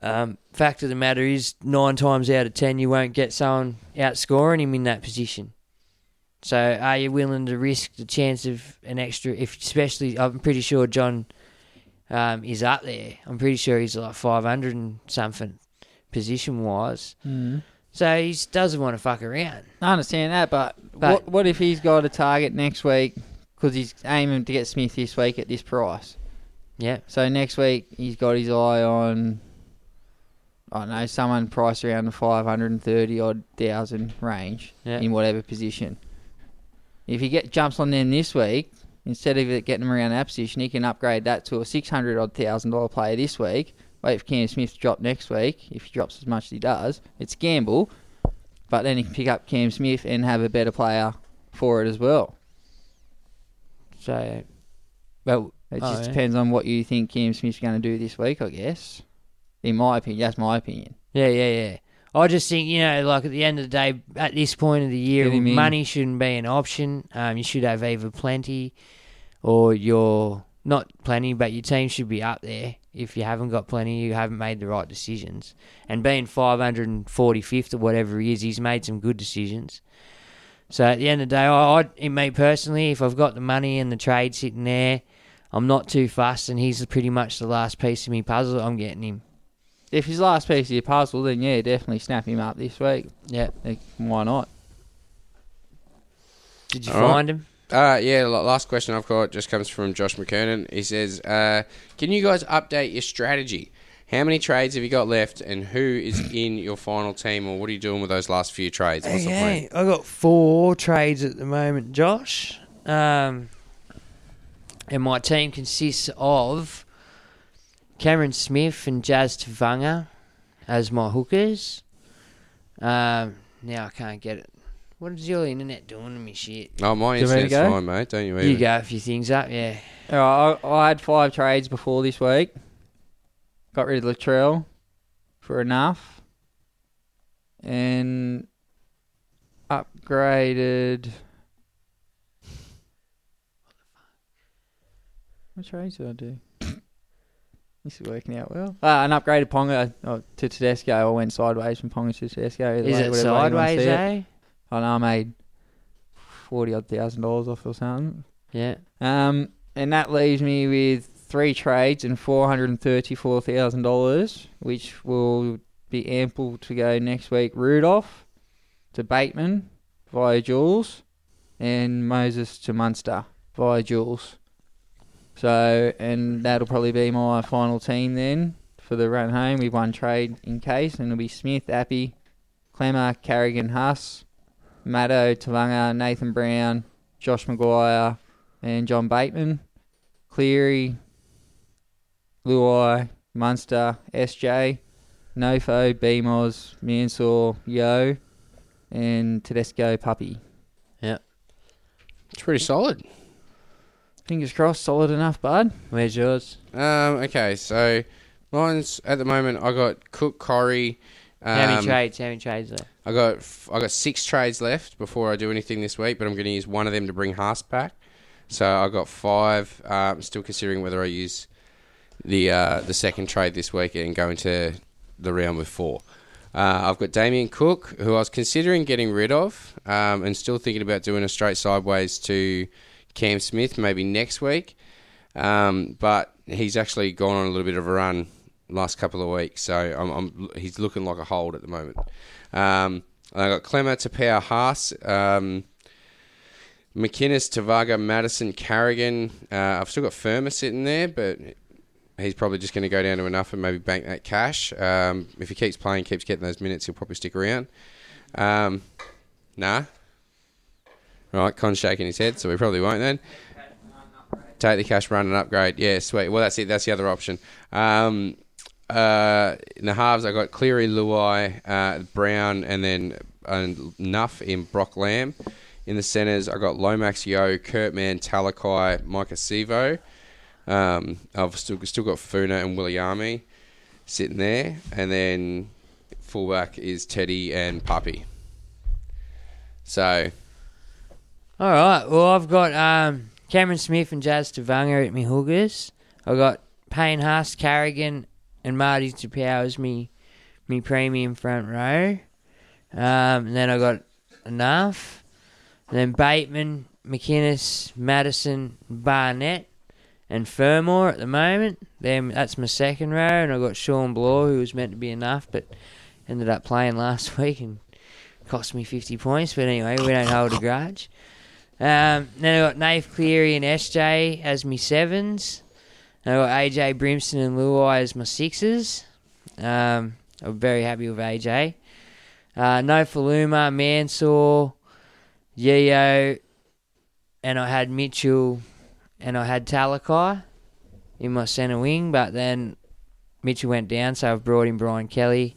S4: Um, fact of the matter is, nine times out of ten, you won't get someone outscoring him in that position. So, are you willing to risk the chance of an extra? If especially, I'm pretty sure John um, is up there. I'm pretty sure he's like 500 and something position wise.
S8: Mhm.
S4: So he doesn't want to fuck around.
S8: I understand that, but,
S4: But-
S8: what, what if he's got a target next week because he's aiming to get Smith this week at this price?
S4: Yeah.
S8: So next week he's got his eye on, I don't know, someone priced around the 530 odd thousand range
S4: Yeah.
S8: in whatever position. If he get jumps on them this week, instead of it getting him around that position, he can upgrade that to a 600 odd thousand dollar player this week. Wait for Cam Smith to drop next week. If he drops as much as he does, it's a gamble. But then he can pick up Cam Smith and have a better player for it as well.
S4: So, well,
S8: it
S4: oh,
S8: just
S4: yeah.
S8: depends on what you think Cam Smith's going to do this week, I guess. In my opinion, that's my opinion.
S4: Yeah, yeah, yeah. I just think you know, like at the end of the day, at this point of the year,
S8: Get him in.
S4: money shouldn't be an option. Um, you should have either plenty, or your not plenty, but your team should be up there. If you haven't got plenty, you haven't made the right decisions. And being 545th or whatever he is, he's made some good decisions. So at the end of the day, I, I in me personally, if I've got the money and the trade sitting there, I'm not too fussed, and he's pretty much the last piece of me puzzle. I'm getting him.
S8: If his last piece of your puzzle, then yeah, definitely snap him up this week.
S4: Yeah,
S8: like, why not?
S4: Did
S3: All right. Uh, yeah, la- last question I've got just comes from Josh McKernan. He says, uh, Can you guys update your strategy? How many trades have you got left, and who is in your final team, or what are you doing with those last few trades? What's the plan?
S4: Okay, I got four trades at the moment, Josh. Um, and my team consists of Cameron Smith and Jazz Tavanga as my hookers. Um, now I can't get it. What is your internet doing to me, shit?
S3: Oh, my
S8: Do you want me to
S3: internet's
S8: go?
S3: fine, mate. Don't you even.
S4: You go a few things up, yeah.
S8: All right, I, I had five trades before this week. Got rid of Latrell for enough, and upgraded. What trades did I do? This is working out well. Uh, and upgraded Ponga oh, to Tedesco. I went sideways from Ponga to Tedesco.
S4: Is it
S8: whatever way you wanna
S4: sideways,
S8: see it.
S4: eh?
S8: I know I made forty odd thousand dollars off or something.
S4: Yeah.
S8: Um, and that leaves me with three trades and four hundred and thirty-four thousand dollars, which will be ample to go next week. Rudolph to Bateman via Jules, and Moses to Munster via Jules. So, and that'll probably be my final team then for the run home with one trade in case, and it'll be Smith, Appy, Clemmer, Carrigan, Huss, Maddo, Tavanga, Nathan Brown, Josh Maguire, and John Bateman, Cleary, Luai, Munster, SJ, Nofo, Bemos, Mansour, Yo, and Tedesco Puppy.
S4: Yeah.
S3: It's pretty solid.
S8: Fingers crossed, solid enough, bud.
S4: Where's yours?
S3: Um, okay, so mine's at the moment. I got Cook, Corrie. Um,
S4: how many trades? How many trades left?
S3: I got f- I got six trades left before I do anything this week, but I'm going to use one of them to bring Haas back. So I got five. Um, still considering whether I use the uh, the second trade this week and go into the round with four. Uh, I've got Damien Cook, who I was considering getting rid of, um, and still thinking about doing a straight sideways to Cam Smith maybe next week. Um, but he's actually gone on a little bit of a run last couple of weeks, so I'm, I'm, he's looking like a hold at the moment. Um, and I got Clemmer to Power Haas. Um, McInnes, Tavaga, Madison, Carrigan. Uh, I've still got Firma sitting there, but he's probably just going to go down to enough and maybe bank that cash. Um, if he keeps playing, keeps getting those minutes, he'll probably stick around. Um, nah. Right, Con's shaking his head, so we probably won't then. Take the cash, run and upgrade. Yeah, sweet. Well, that's it. That's the other option. Um, uh, in the halves, I got Cleary, Luai, uh, Brown, and then uh, Nuff in Brock Lamb. In the centres, I got Lomax, Yo, Kurtman, Talakai, Micah Sevo. Um, I've still still got Funa and Williami sitting there, and then fullback is Teddy and Puppy. So
S4: All right. Well, I've got um, Cameron Smith and Jazz Tavanga at me hookers. I've got Payne Haas, Carrigan, and Marty Tapau as me, me premium front row. Um, and then I got enough. And then Bateman, McInnes, Madison, Barnett, and Furmore at the moment. Them that's my second row, and I got Sean Bloor, who was meant to be enough, but ended up playing last week and cost me 50 points. But anyway, we don't hold a grudge. Um, then I got Nath Cleary and SJ as my sevens. And I got AJ Brimson and Luai as my sixes. Um, I'm very happy with AJ. Uh, no Faluma, Mansour, Yeo, and I had Mitchell and I had Talakai in my centre wing, but then Mitchell went down, so I've brought in Brian Kelly,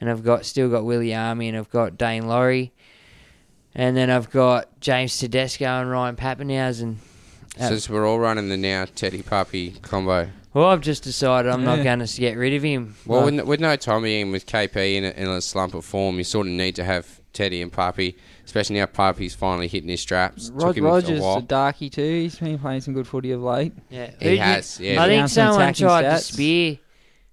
S4: and I've got still got Willie Army, and I've got Dane Laurie, and then I've got James Tedesco and Ryan Pappenhausen. Uh,
S3: since we're all running the now Teddy Puppy combo,
S4: well, I've just decided I'm
S3: Yeah.
S4: not going to get rid of him.
S3: well,
S4: Like-
S3: with, no, with no Tommy and with KP in a, in a slump of form, you sort of need to have Teddy and Puppy, especially now Puppy's finally hitting his straps.
S8: Rod
S3: a
S8: Rogers,
S3: while.
S8: a darky too. He's been playing some good footy of late.
S4: Yeah,
S3: He
S4: Who
S3: has,
S4: did-
S3: yeah.
S4: I think
S8: Found some
S4: someone
S8: attacking
S4: tried to
S8: stats.
S4: spear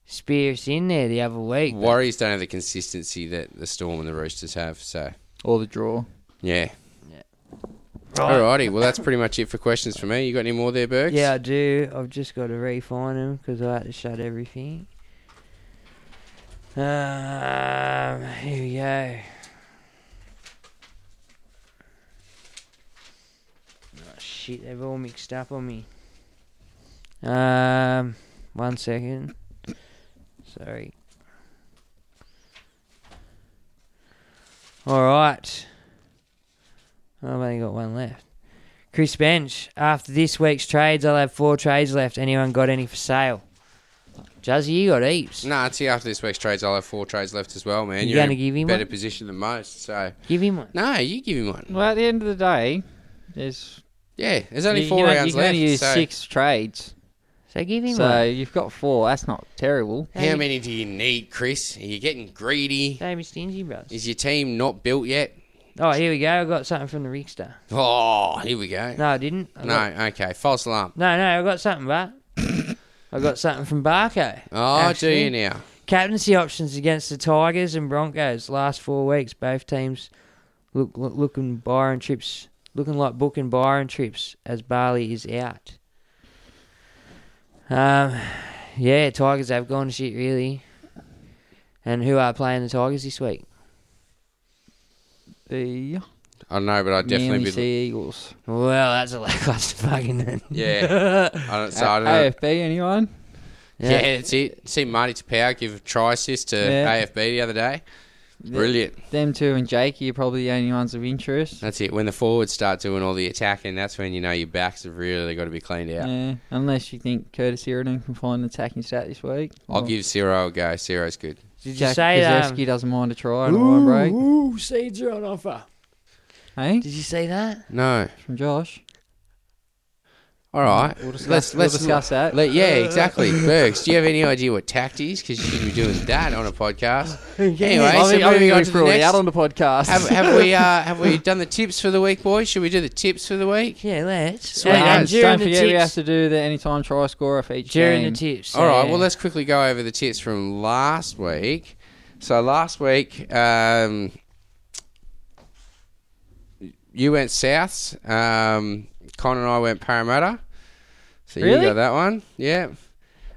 S4: spear us in there the other week. but-
S3: Warriors don't have the consistency that the Storm and the Roosters have, so
S8: or the draw.
S3: Yeah.
S4: Yeah.
S3: Alrighty, well that's pretty much it for questions for me. You got any more there, Bergs?
S4: Yeah, I do. I've just got to refine them because I had to shut everything. Um, here we go. Oh, shit, they've all mixed up on me. Um, one second. Sorry. All right. I've only got one left. Chris Bench. After this week's trades, I'll have four trades left. Anyone got any for sale? Juzzy, you got heaps.
S3: Nah, it's here after this week's trades. I'll have four trades left as well, man.
S4: You
S3: You're
S4: gonna
S3: in
S4: give him
S3: better
S4: one?
S3: position than most. So
S4: Give him one.
S3: No, you give him one.
S8: Well, at the end of the day, there's
S3: Yeah, there's only
S8: you-
S3: four
S8: you can-
S3: rounds
S8: you can only
S3: left,
S8: use
S3: so-
S8: six trades.
S4: So give him
S8: So
S4: one.
S8: you've got four. That's not terrible.
S3: How many do you need, Chris? Are you getting greedy?
S4: Same as Stingy Brothers.
S3: Is your team not built yet?
S4: Oh, here we go. I got something from the Rickster.
S3: Oh, here we go.
S4: No, I didn't. I
S3: no,
S4: got-
S3: okay. False alarm.
S4: No, no, I got something, but I got something from Barco.
S3: Oh,
S4: actually.
S3: do you now?
S4: Captaincy options against the Tigers and Broncos last four weeks. Both teams look, look looking Byron trips, looking like booking Byron trips as Barley is out. Um, yeah, Tigers have gone to shit really. And who are playing the Tigers this week?
S8: The
S3: I don't know, but I definitely
S8: Manly
S3: be.
S8: Sea Eagles.
S4: Well, that's a lackluster fucking then.
S3: Yeah. I don't, so I don't know.
S8: AFB, anyone?
S3: Yeah. that's it. See Marty Tapau give a try assist to
S8: Yeah.
S3: AFB the other day.
S8: Th-
S3: Brilliant.
S8: Them two and Jakey are probably the only ones of interest.
S3: That's it. When the forwards start doing all the attacking, that's when you know your backs have really got to be cleaned out.
S8: Yeah, unless you think Curtis Irridan can find an attacking stat this week.
S3: I'll give Ciro a go. Ciro's good.
S8: Did
S4: you say, um,
S8: doesn't mind a try and a line break.
S4: Ooh, seeds are on offer.
S8: Hey?
S4: Did you see that?
S3: No.
S8: From Josh.
S3: All right.
S8: We'll discuss-
S3: let's,
S8: we'll
S3: let's
S8: discuss that.
S3: let- yeah, exactly. Bergs, do you have any idea what tact is? Because you should be doing that on a podcast. Anyway,
S8: I
S3: so
S8: think, I
S3: moving
S8: think
S3: on
S8: we
S3: to the
S8: threw it
S3: next-
S8: out on the podcast.
S3: Have, have we uh, have we done the tips for the week, boys? Should we do the tips for the week?
S4: Yeah, let's.
S3: Sweet
S8: And
S3: as.
S8: don't forget we have to do the anytime try scorer for each game.
S3: All right. Well, let's quickly go over the tips from last week. So last week, um, you went Souths. Um, Con and I went Parramatta. So
S8: Really?
S3: you got that one. Yeah.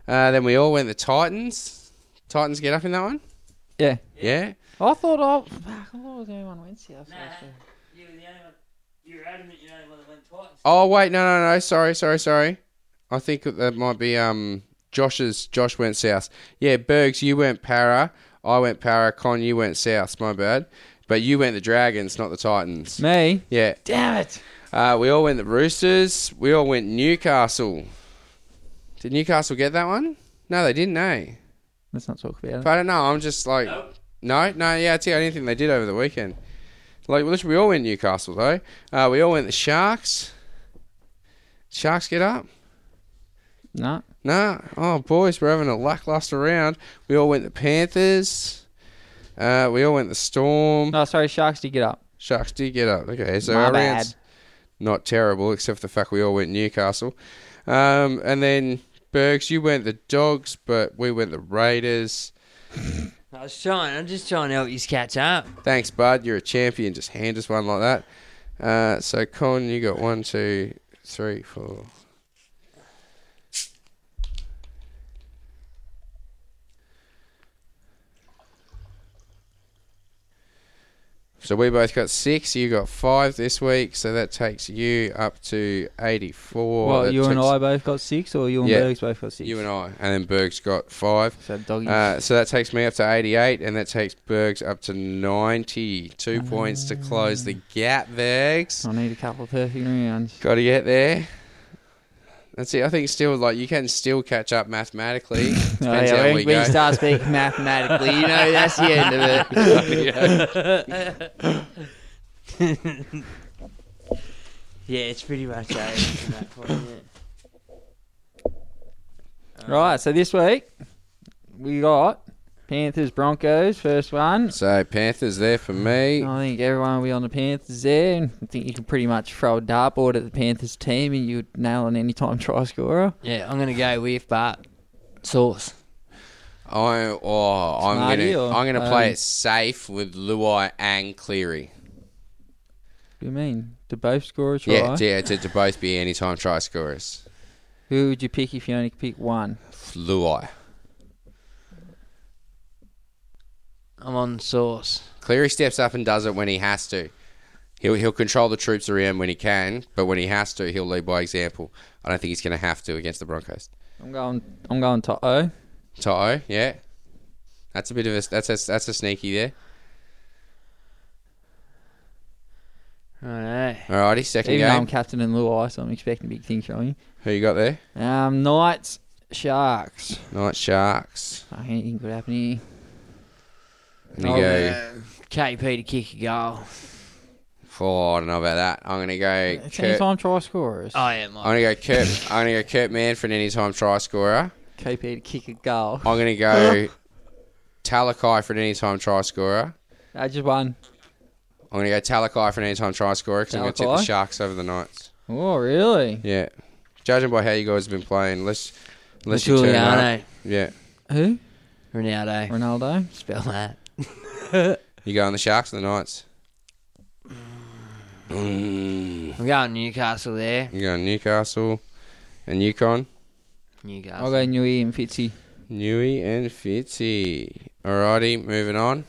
S3: Uh, then we all went the Titans. Titans get up in that one.
S8: Yeah.
S3: Yeah.
S8: I thought I, fuck, I thought I was the only one who went South.
S3: Oh wait, no, no, no. Sorry, sorry, sorry. I think that might be um Josh's. Josh went south. Yeah, Bergs, you went para. I went para. Con, you went south. My bad. But you went the Dragons, not the Titans.
S8: Me?
S3: Yeah.
S8: Damn it.
S3: Uh, we all went the Roosters. We all went Newcastle. Did Newcastle get that one? No, they didn't. Eh?
S8: Let's not talk about it.
S3: But I don't know. I'm just like, no, no, yeah, it's the only thing they did over the weekend. Like, literally, we all went Newcastle though. Uh, we all went the Sharks. Sharks get up.
S8: No.
S3: Nah. Oh, boys, we're having a lackluster round. We all went the Panthers. Uh, we all went the Storm.
S8: No, sorry, Sharks did get up.
S3: Sharks did get up. Okay, so
S8: My
S3: our
S8: bad.
S3: round's not terrible, except for the fact we all went Newcastle. Um, and then Bergs, you went the Dogs, but we went the Raiders.
S4: I was trying. I'm just trying to help you catch up.
S3: Thanks, bud. You're a champion. Just hand us one like that. Uh, so, Con, you got one, two, three, four. So we both got six. You got five this week. So that takes you up to eighty-four.
S8: well,
S3: That
S8: you and
S3: takes-
S8: I both got six, or you and
S3: Yeah.
S8: Bergs both got six?
S3: You and I, and then Berg's got five.
S8: So doggies.
S3: Uh, so that takes me up to eighty-eight, and that takes Berg's up to ninety. Two points to close the gap, Bergs.
S8: I need a couple of perfect rounds.
S3: Got to get there. That's it. I think still like you can still catch up mathematically. Depends
S8: Oh, yeah,
S3: how
S8: when-
S3: we
S8: when
S3: go.
S8: you start speaking mathematically, you know that's the end of it.
S4: yeah, it's pretty much over from that point. Yeah.
S8: Right, so this week we got Panthers Broncos first one.
S3: So Panthers there for me.
S8: I think everyone will be on the Panthers there. and I think you can pretty much throw a dartboard at the Panthers team and you'd nail an anytime try scorer.
S4: Yeah, I'm gonna go with Bart Sauce.
S3: I oh, I'm
S8: Smarty
S3: gonna
S8: or-
S3: I'm gonna play
S8: um,
S3: it safe with Luai and Cleary.
S8: What do you mean? Do both score a try?
S3: Yeah, yeah, to, to both be anytime try scorers.
S8: Who would you pick if you only could pick one?
S3: Luai.
S4: I'm on Sauce.
S3: Cleary steps up and does it when he has to. He'll he'll control the troops around when he can, but when he has to, he'll lead by example. I don't think he's going to have to against the Broncos.
S8: I'm going I'm going Toto.
S3: Toto, yeah, That's a bit of a that's a, that's a sneaky there.
S8: Alright.
S3: Alrighty, second
S8: Even though I'm
S3: game.
S8: captain in Luai, so I'm expecting big things from you.
S3: Who you got there?
S8: Um, Knights, Sharks.
S3: Night Sharks.
S8: Fuck, anything could happen here.
S3: I'm gonna
S8: Oh,
S3: go.
S8: uh, KP to kick a goal.
S3: Oh, I don't know about that. I'm gonna go. Kurt,
S8: Anytime try scorers.
S4: Uh,
S8: I am.
S3: I'm gonna go Kurt. I'm gonna go Kurt Manfred anytime try scorer.
S8: KP to kick a goal.
S3: I'm gonna go Talakai for an anytime try scorer.
S8: I just won.
S3: I'm gonna go Talakai for an anytime try scorer because I'm gonna tip the
S8: Talakai?
S3: Sharks over the Knights.
S8: Oh, really?
S3: Yeah, judging by how you guys have been playing, unless unless you turn
S8: Giuliano.
S3: up, yeah,
S8: Who?
S4: Ronaldo.
S8: Ronaldo. Spell that.
S3: you go on the Sharks or the Knights.
S4: I'm going Newcastle there.
S3: You go on Newcastle and Yukon.
S4: Newcastle.
S8: I'll go Newey and Fitzy.
S3: Newey and Fitzy. Alrighty, moving on.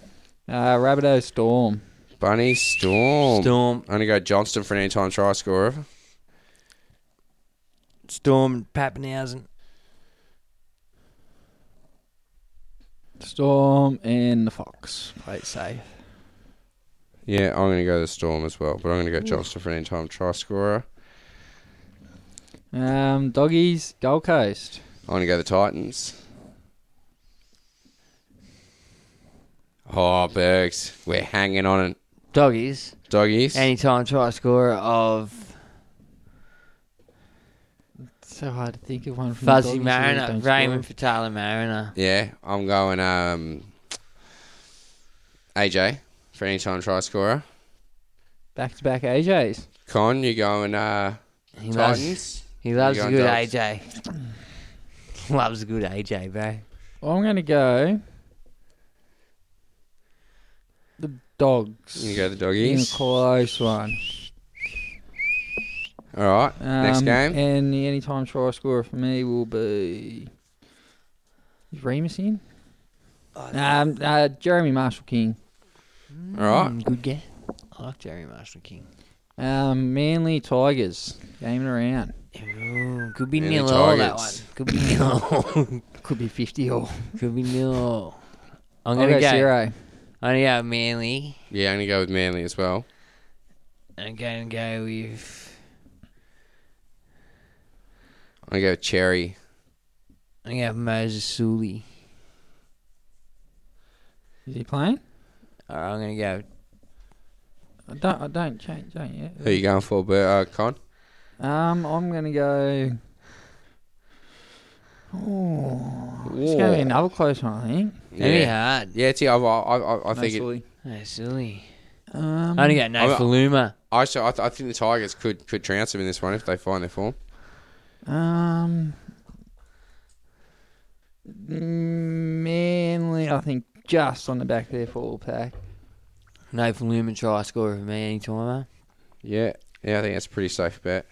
S8: Uh, Rabideau Storm.
S3: Bunny Storm.
S8: Storm.
S3: I'm gonna go Johnston for an anytime try scorer.
S13: Storm Pappenhausen.
S8: Storm and the Fox. Play it safe.
S3: Yeah, I'm going to go the Storm as well, but I'm going to go Johnston for an anytime try scorer.
S8: Um, Doggies, Gold Coast.
S3: I'm going to go the Titans. Oh, Bergs, we're hanging on it.
S4: Doggies.
S3: Doggies.
S4: Anytime try scorer of
S8: It's so hard to think of one from the
S4: Fuzzy
S8: Doggies that
S4: Mariner,
S8: don't
S4: Raymond
S8: score.
S4: Fatala Mariner.
S3: Yeah, I'm going um, AJ for anytime try scorer.
S8: Back to back AJs.
S3: Con, you going uh,
S4: He loves-
S3: Titans?
S4: he
S3: You
S4: loves a
S3: going
S4: good
S3: Dogs?
S4: AJ. Loves a good AJ, bro.
S8: I'm going to go. The Dogs.
S3: You go the Doggies.
S8: In a close one.
S3: All right, next
S8: Um,
S3: game.
S8: And the anytime try scorer for me will be. Is Remus in? Um, uh, Jeremy Marshall King.
S3: All
S4: Mm, Good guess. I like Jerry Marshall King.
S8: Um, Manly Tigers. Gaming around.
S4: Ooh, could be nil all that one. Could be nil all.
S8: Could be 50 all.
S4: Could be nil all. I'm
S8: I'll
S4: gonna
S8: go
S4: go,
S8: zero.
S4: I'm gonna go Manly.
S3: Yeah, I'm going to go with Manly as well.
S4: I'm gonna go with.
S3: I'm going to go Cherry.
S4: I'm gonna have Moses Sully.
S8: Is he playing?
S4: All right, I'm gonna go.
S8: I don't, I don't change, don't you?
S3: Who you going for, Bert, uh, Con?
S8: Um, I'm gonna go. Oh, it's gonna be
S3: Whoa.
S8: another close one, I think.
S4: hard.
S3: Yeah, it's, yeah, I, I, I, I
S8: No
S3: think it,
S8: silly.
S4: No, silly.
S8: Um,
S4: I only got no
S3: I'm-
S4: Faluma.
S3: I, actually, I, th- I think the Tigers could, could trounce them in this one if they find their form.
S8: Um, Manly, I think just on the back of their forward pack.
S4: No Faluma try scorer for me any timer.
S3: Yeah, yeah, I think that's a pretty safe bet.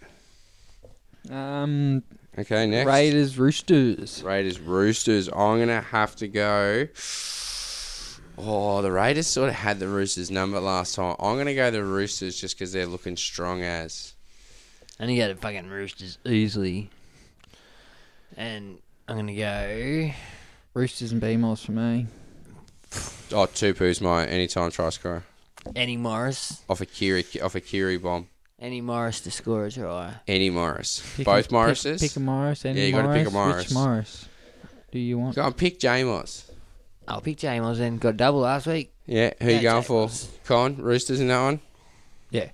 S8: Um,
S3: Okay, next
S8: Raiders, Roosters.
S3: Raiders, Roosters. I'm gonna have to go. Oh, the Raiders sort of had the Roosters number last time. I'm gonna go the Roosters just because they're looking strong as.
S4: I only got the fucking Roosters easily. And I'm gonna go.
S8: Roosters and BMOS for me.
S3: Oh, Tupu's my anytime try scorer
S4: Any Morris.
S3: off a Kiri off a Kiri bomb.
S4: Any Morris to score a try.
S3: Any Morris,
S8: Pick a-
S3: both
S8: pick-
S3: Morrises.
S8: Pick, a Morris. Any
S3: yeah, you gotta pick a Morris.
S8: Which Morris? Do you want?
S3: Go and pick Jamos.
S4: I'll pick Jamos and got a double last week.
S3: Yeah, who you
S4: Yeah,
S3: going for? Con Roosters in that one.
S8: Yeah.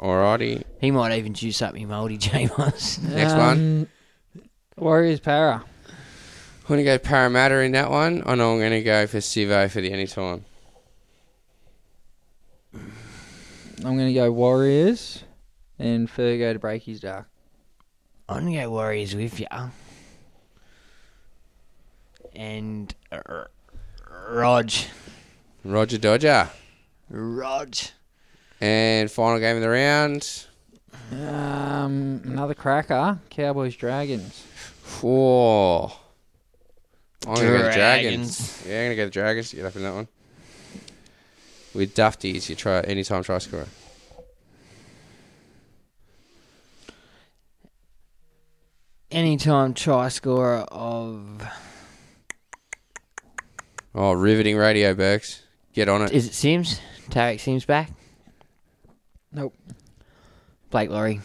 S3: Alrighty.
S4: He might even juice up me mouldy Jamos.
S3: Next
S8: Um,
S3: one.
S8: Warriors, Para.
S3: I'm going to go Parramatta in that one, and I'm going to go for Sivo for the anytime.
S8: I'm gonna go Warriors, and Fergo to break his dark.
S4: I'm gonna go Warriors with ya. And uh, Rog.
S3: Roger Dodger.
S4: Rog.
S3: And final game of the round.
S8: Um, another cracker. Cowboys, Dragons.
S3: Four. I'm going to go the Dragons.
S8: Dragons.
S3: Yeah, I'm going to go the Dragons to get up in that one. With Dufties, you try anytime try scorer.
S4: Anytime try scorer of
S3: Oh, riveting radio, Burks. Get on it.
S4: Is it Sims? Tarek Sims back?
S8: Nope.
S4: Blake Laurie.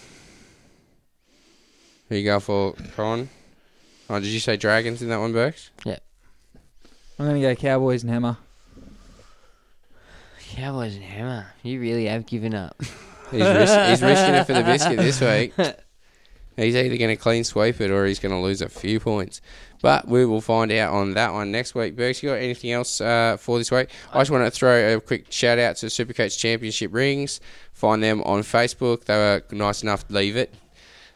S3: Who you go for, Con? Oh, did you say Dragons in that one, Burks?
S8: I'm going to go Cowboys and Hammer.
S4: Cowboys and Hammer. You really have given up.
S3: He's, risk, he's risking it for the biscuit this week. He's either going to clean sweep it or he's going to lose a few points. But we will find out on that one next week. Burks, you got anything else uh, for this week? I just want to throw a quick shout out to Supercoach Championship Rings. Find them on Facebook. They were nice enough to leave it.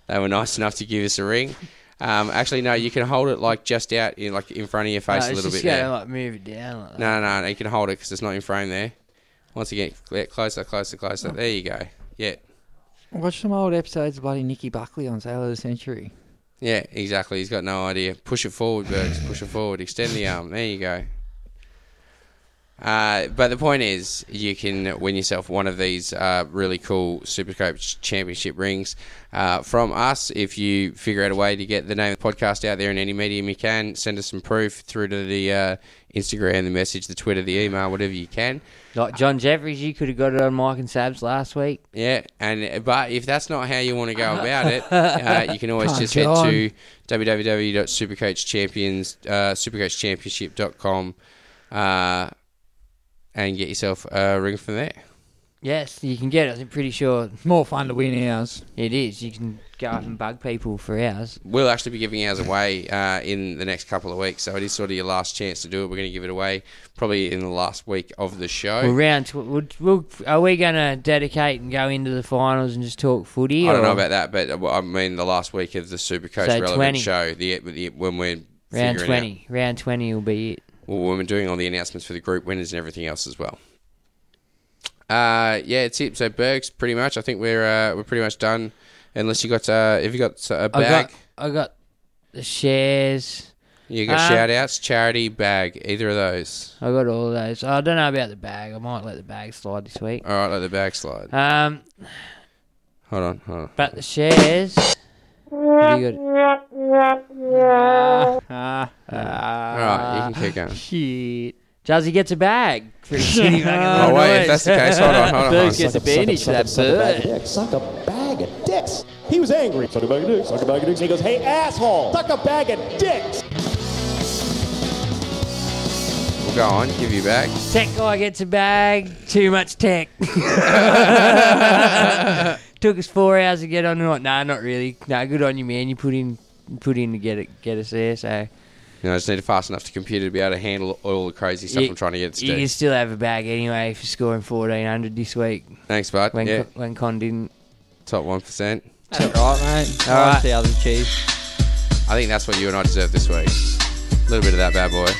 S3: They were nice enough to give us a ring. Um, actually, no, you can hold it like just out, in, like in front of your face
S4: No,
S3: a
S4: it's
S3: little
S4: just
S3: bit. there.
S4: gotta, like, move it down like that.
S3: No, no, no, you can hold it because it's not in frame there. Once again, get closer, closer,
S4: Oh.
S3: closer. There you go. Yeah,
S8: Watch some old episodes of bloody Nicky Buckley on Sailor of the Century.
S3: yeah, exactly. He's got no idea. Push it forward, Burks. Push it forward. Extend the arm. There you go. Uh, but the point is, you can win yourself one of these uh, really cool Supercoach Championship rings uh, from us. If you figure out a way to get the name of the podcast out there in any medium you can, send us some proof through to the uh, Instagram, the message, the Twitter, the email, whatever you can.
S4: Like John Jeffries, you could have got it on Mike and Sabs last week.
S3: Yeah, and uh, but if that's not how you want to go about it, uh, you can always
S4: Come
S3: just head
S4: on.
S3: to www.supercoachchampions uh, supercoachchampionship.com uh, and get yourself a ring from there.
S4: Yes, you can get it. I'm pretty sure it's
S8: more fun to win ours.
S4: It is. You can go up and bug people for ours.
S3: We'll actually be giving ours away uh, in the next couple of weeks, so it is sort of your last chance to do it. We're going to give it away probably in the last week of the show.
S4: Well, round. Tw- we'll, we'll, are we going to dedicate and go into the finals and just talk footy?
S3: I don't know
S4: or-
S3: about that, but uh, well, I mean the last week of the Supercoach
S4: So
S3: relevant
S4: 20.
S3: show, the, the when we're
S4: round
S3: figuring out-
S4: twenty. Round twenty will be it.
S3: Well, when we're doing all the announcements for the group winners and everything else as well. Uh, yeah, it's it. So Bergs, pretty much. I think we're uh, we're pretty much done. Unless you got uh, have you got a
S4: I
S3: bag?
S4: got. I got the shares.
S3: you got
S4: Um,
S3: shout outs, charity, bag, either of those.
S4: I got all of those. I don't know about the bag. I might let the bag slide this week.
S3: All right, let the bag slide.
S4: Um,
S3: hold on, hold on.
S4: but the shares. Have you got- Ah,
S3: Alright, you can keep going.
S4: Shit. Jazzy gets a bag. Pretty shitty
S3: Oh, wait, if that's the case, hold on, hold on, hold on.
S4: gets a
S3: Suck it, suck it,
S4: bandage
S3: suck it,
S4: for that
S3: suck it,
S10: Suck a
S4: bird.
S10: bag of dicks. He was angry. Suck a bag of dicks. Suck a bag of dicks. He goes, hey, asshole. Suck a bag of dicks.
S3: We'll go on. Give you back.
S4: Tech guy gets a bag. Too much tech. Took us four hours to get on. No, nah, not really. Nah, good on you, man. You put in, put in to get it, get us there. So
S3: You know, I just need a fast enough to computer to be able to handle all the crazy stuff
S4: You-
S3: I'm trying to get it to
S4: you
S3: do.
S4: can still have a bag anyway for scoring fourteen hundred this week.
S3: Thanks, bud.
S4: When
S3: Yeah.
S4: Con- when Con didn't.
S3: Top one percent.
S8: That's right, mate.
S3: All right.
S8: The other cheese.
S3: I think that's what you and I deserve this week. A little bit of that bad boy.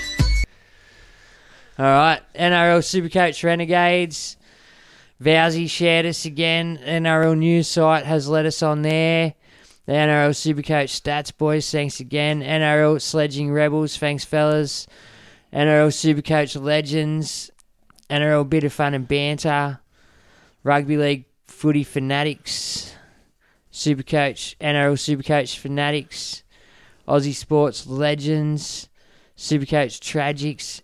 S4: All right, NRL Supercoach Renegades. Vowsy shared us again. NRL news site has let us on there. The NRL Supercoach Stats Boys, thanks again. NRL Sledging Rebels, thanks fellas. NRL Supercoach Legends. NRL Bit of Fun and Banter. Rugby League Footy Fanatics. Supercoach, NRL Supercoach Fanatics. Aussie Sports Legends. Supercoach Tragics.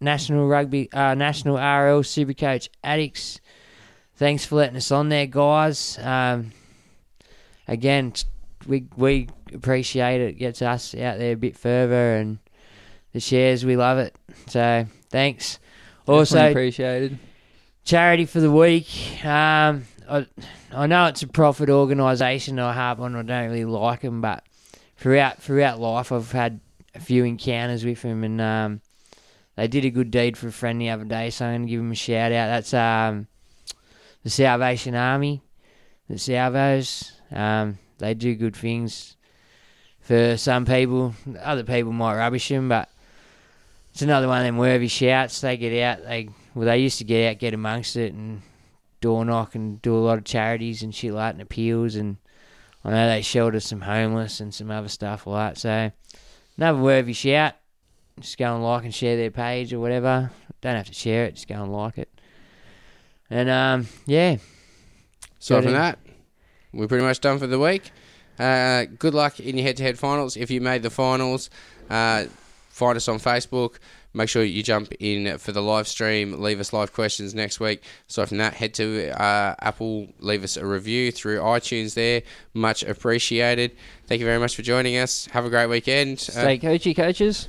S4: National Rugby, uh, National RL Supercoach Addicts. Thanks for letting us on there, guys. Um, again, t- we we appreciate it. Gets us out there a bit further, and the shares we love it. So thanks. Also,
S8: Definitely appreciated.
S4: charity for the week. Um, I, I know it's a profit organisation. I harp on. I don't really like them, but throughout throughout life, I've had a few encounters with them, and um, they did a good deed for a friend the other day. So I'm going to give them a shout out. That's um, the Salvation Army, the Salvos. Um, they do good things for some people. Other people might rubbish them, but it's another one of them worthy shouts. They get out. They well, they used to get out, get amongst it, and door knock and do a lot of charities and shit like that and appeals. And I know they shelter some homeless and some other stuff like that. So another worthy shout. Just go and like and share their page or whatever. Don't have to share it. Just go and like it. And um, yeah.
S3: So
S4: Got
S3: from
S4: it.
S3: that, we're pretty much done for the week. Uh, good luck in your head-to-head finals. If you made the finals, uh, Find us on Facebook. Make sure you jump in for the live stream. Leave us live questions next week. So from that, head to uh, Apple. Leave us a review through iTunes. There, much appreciated. Thank you very much for joining us. Have a great weekend. Uh,
S8: Stay coachy, coaches.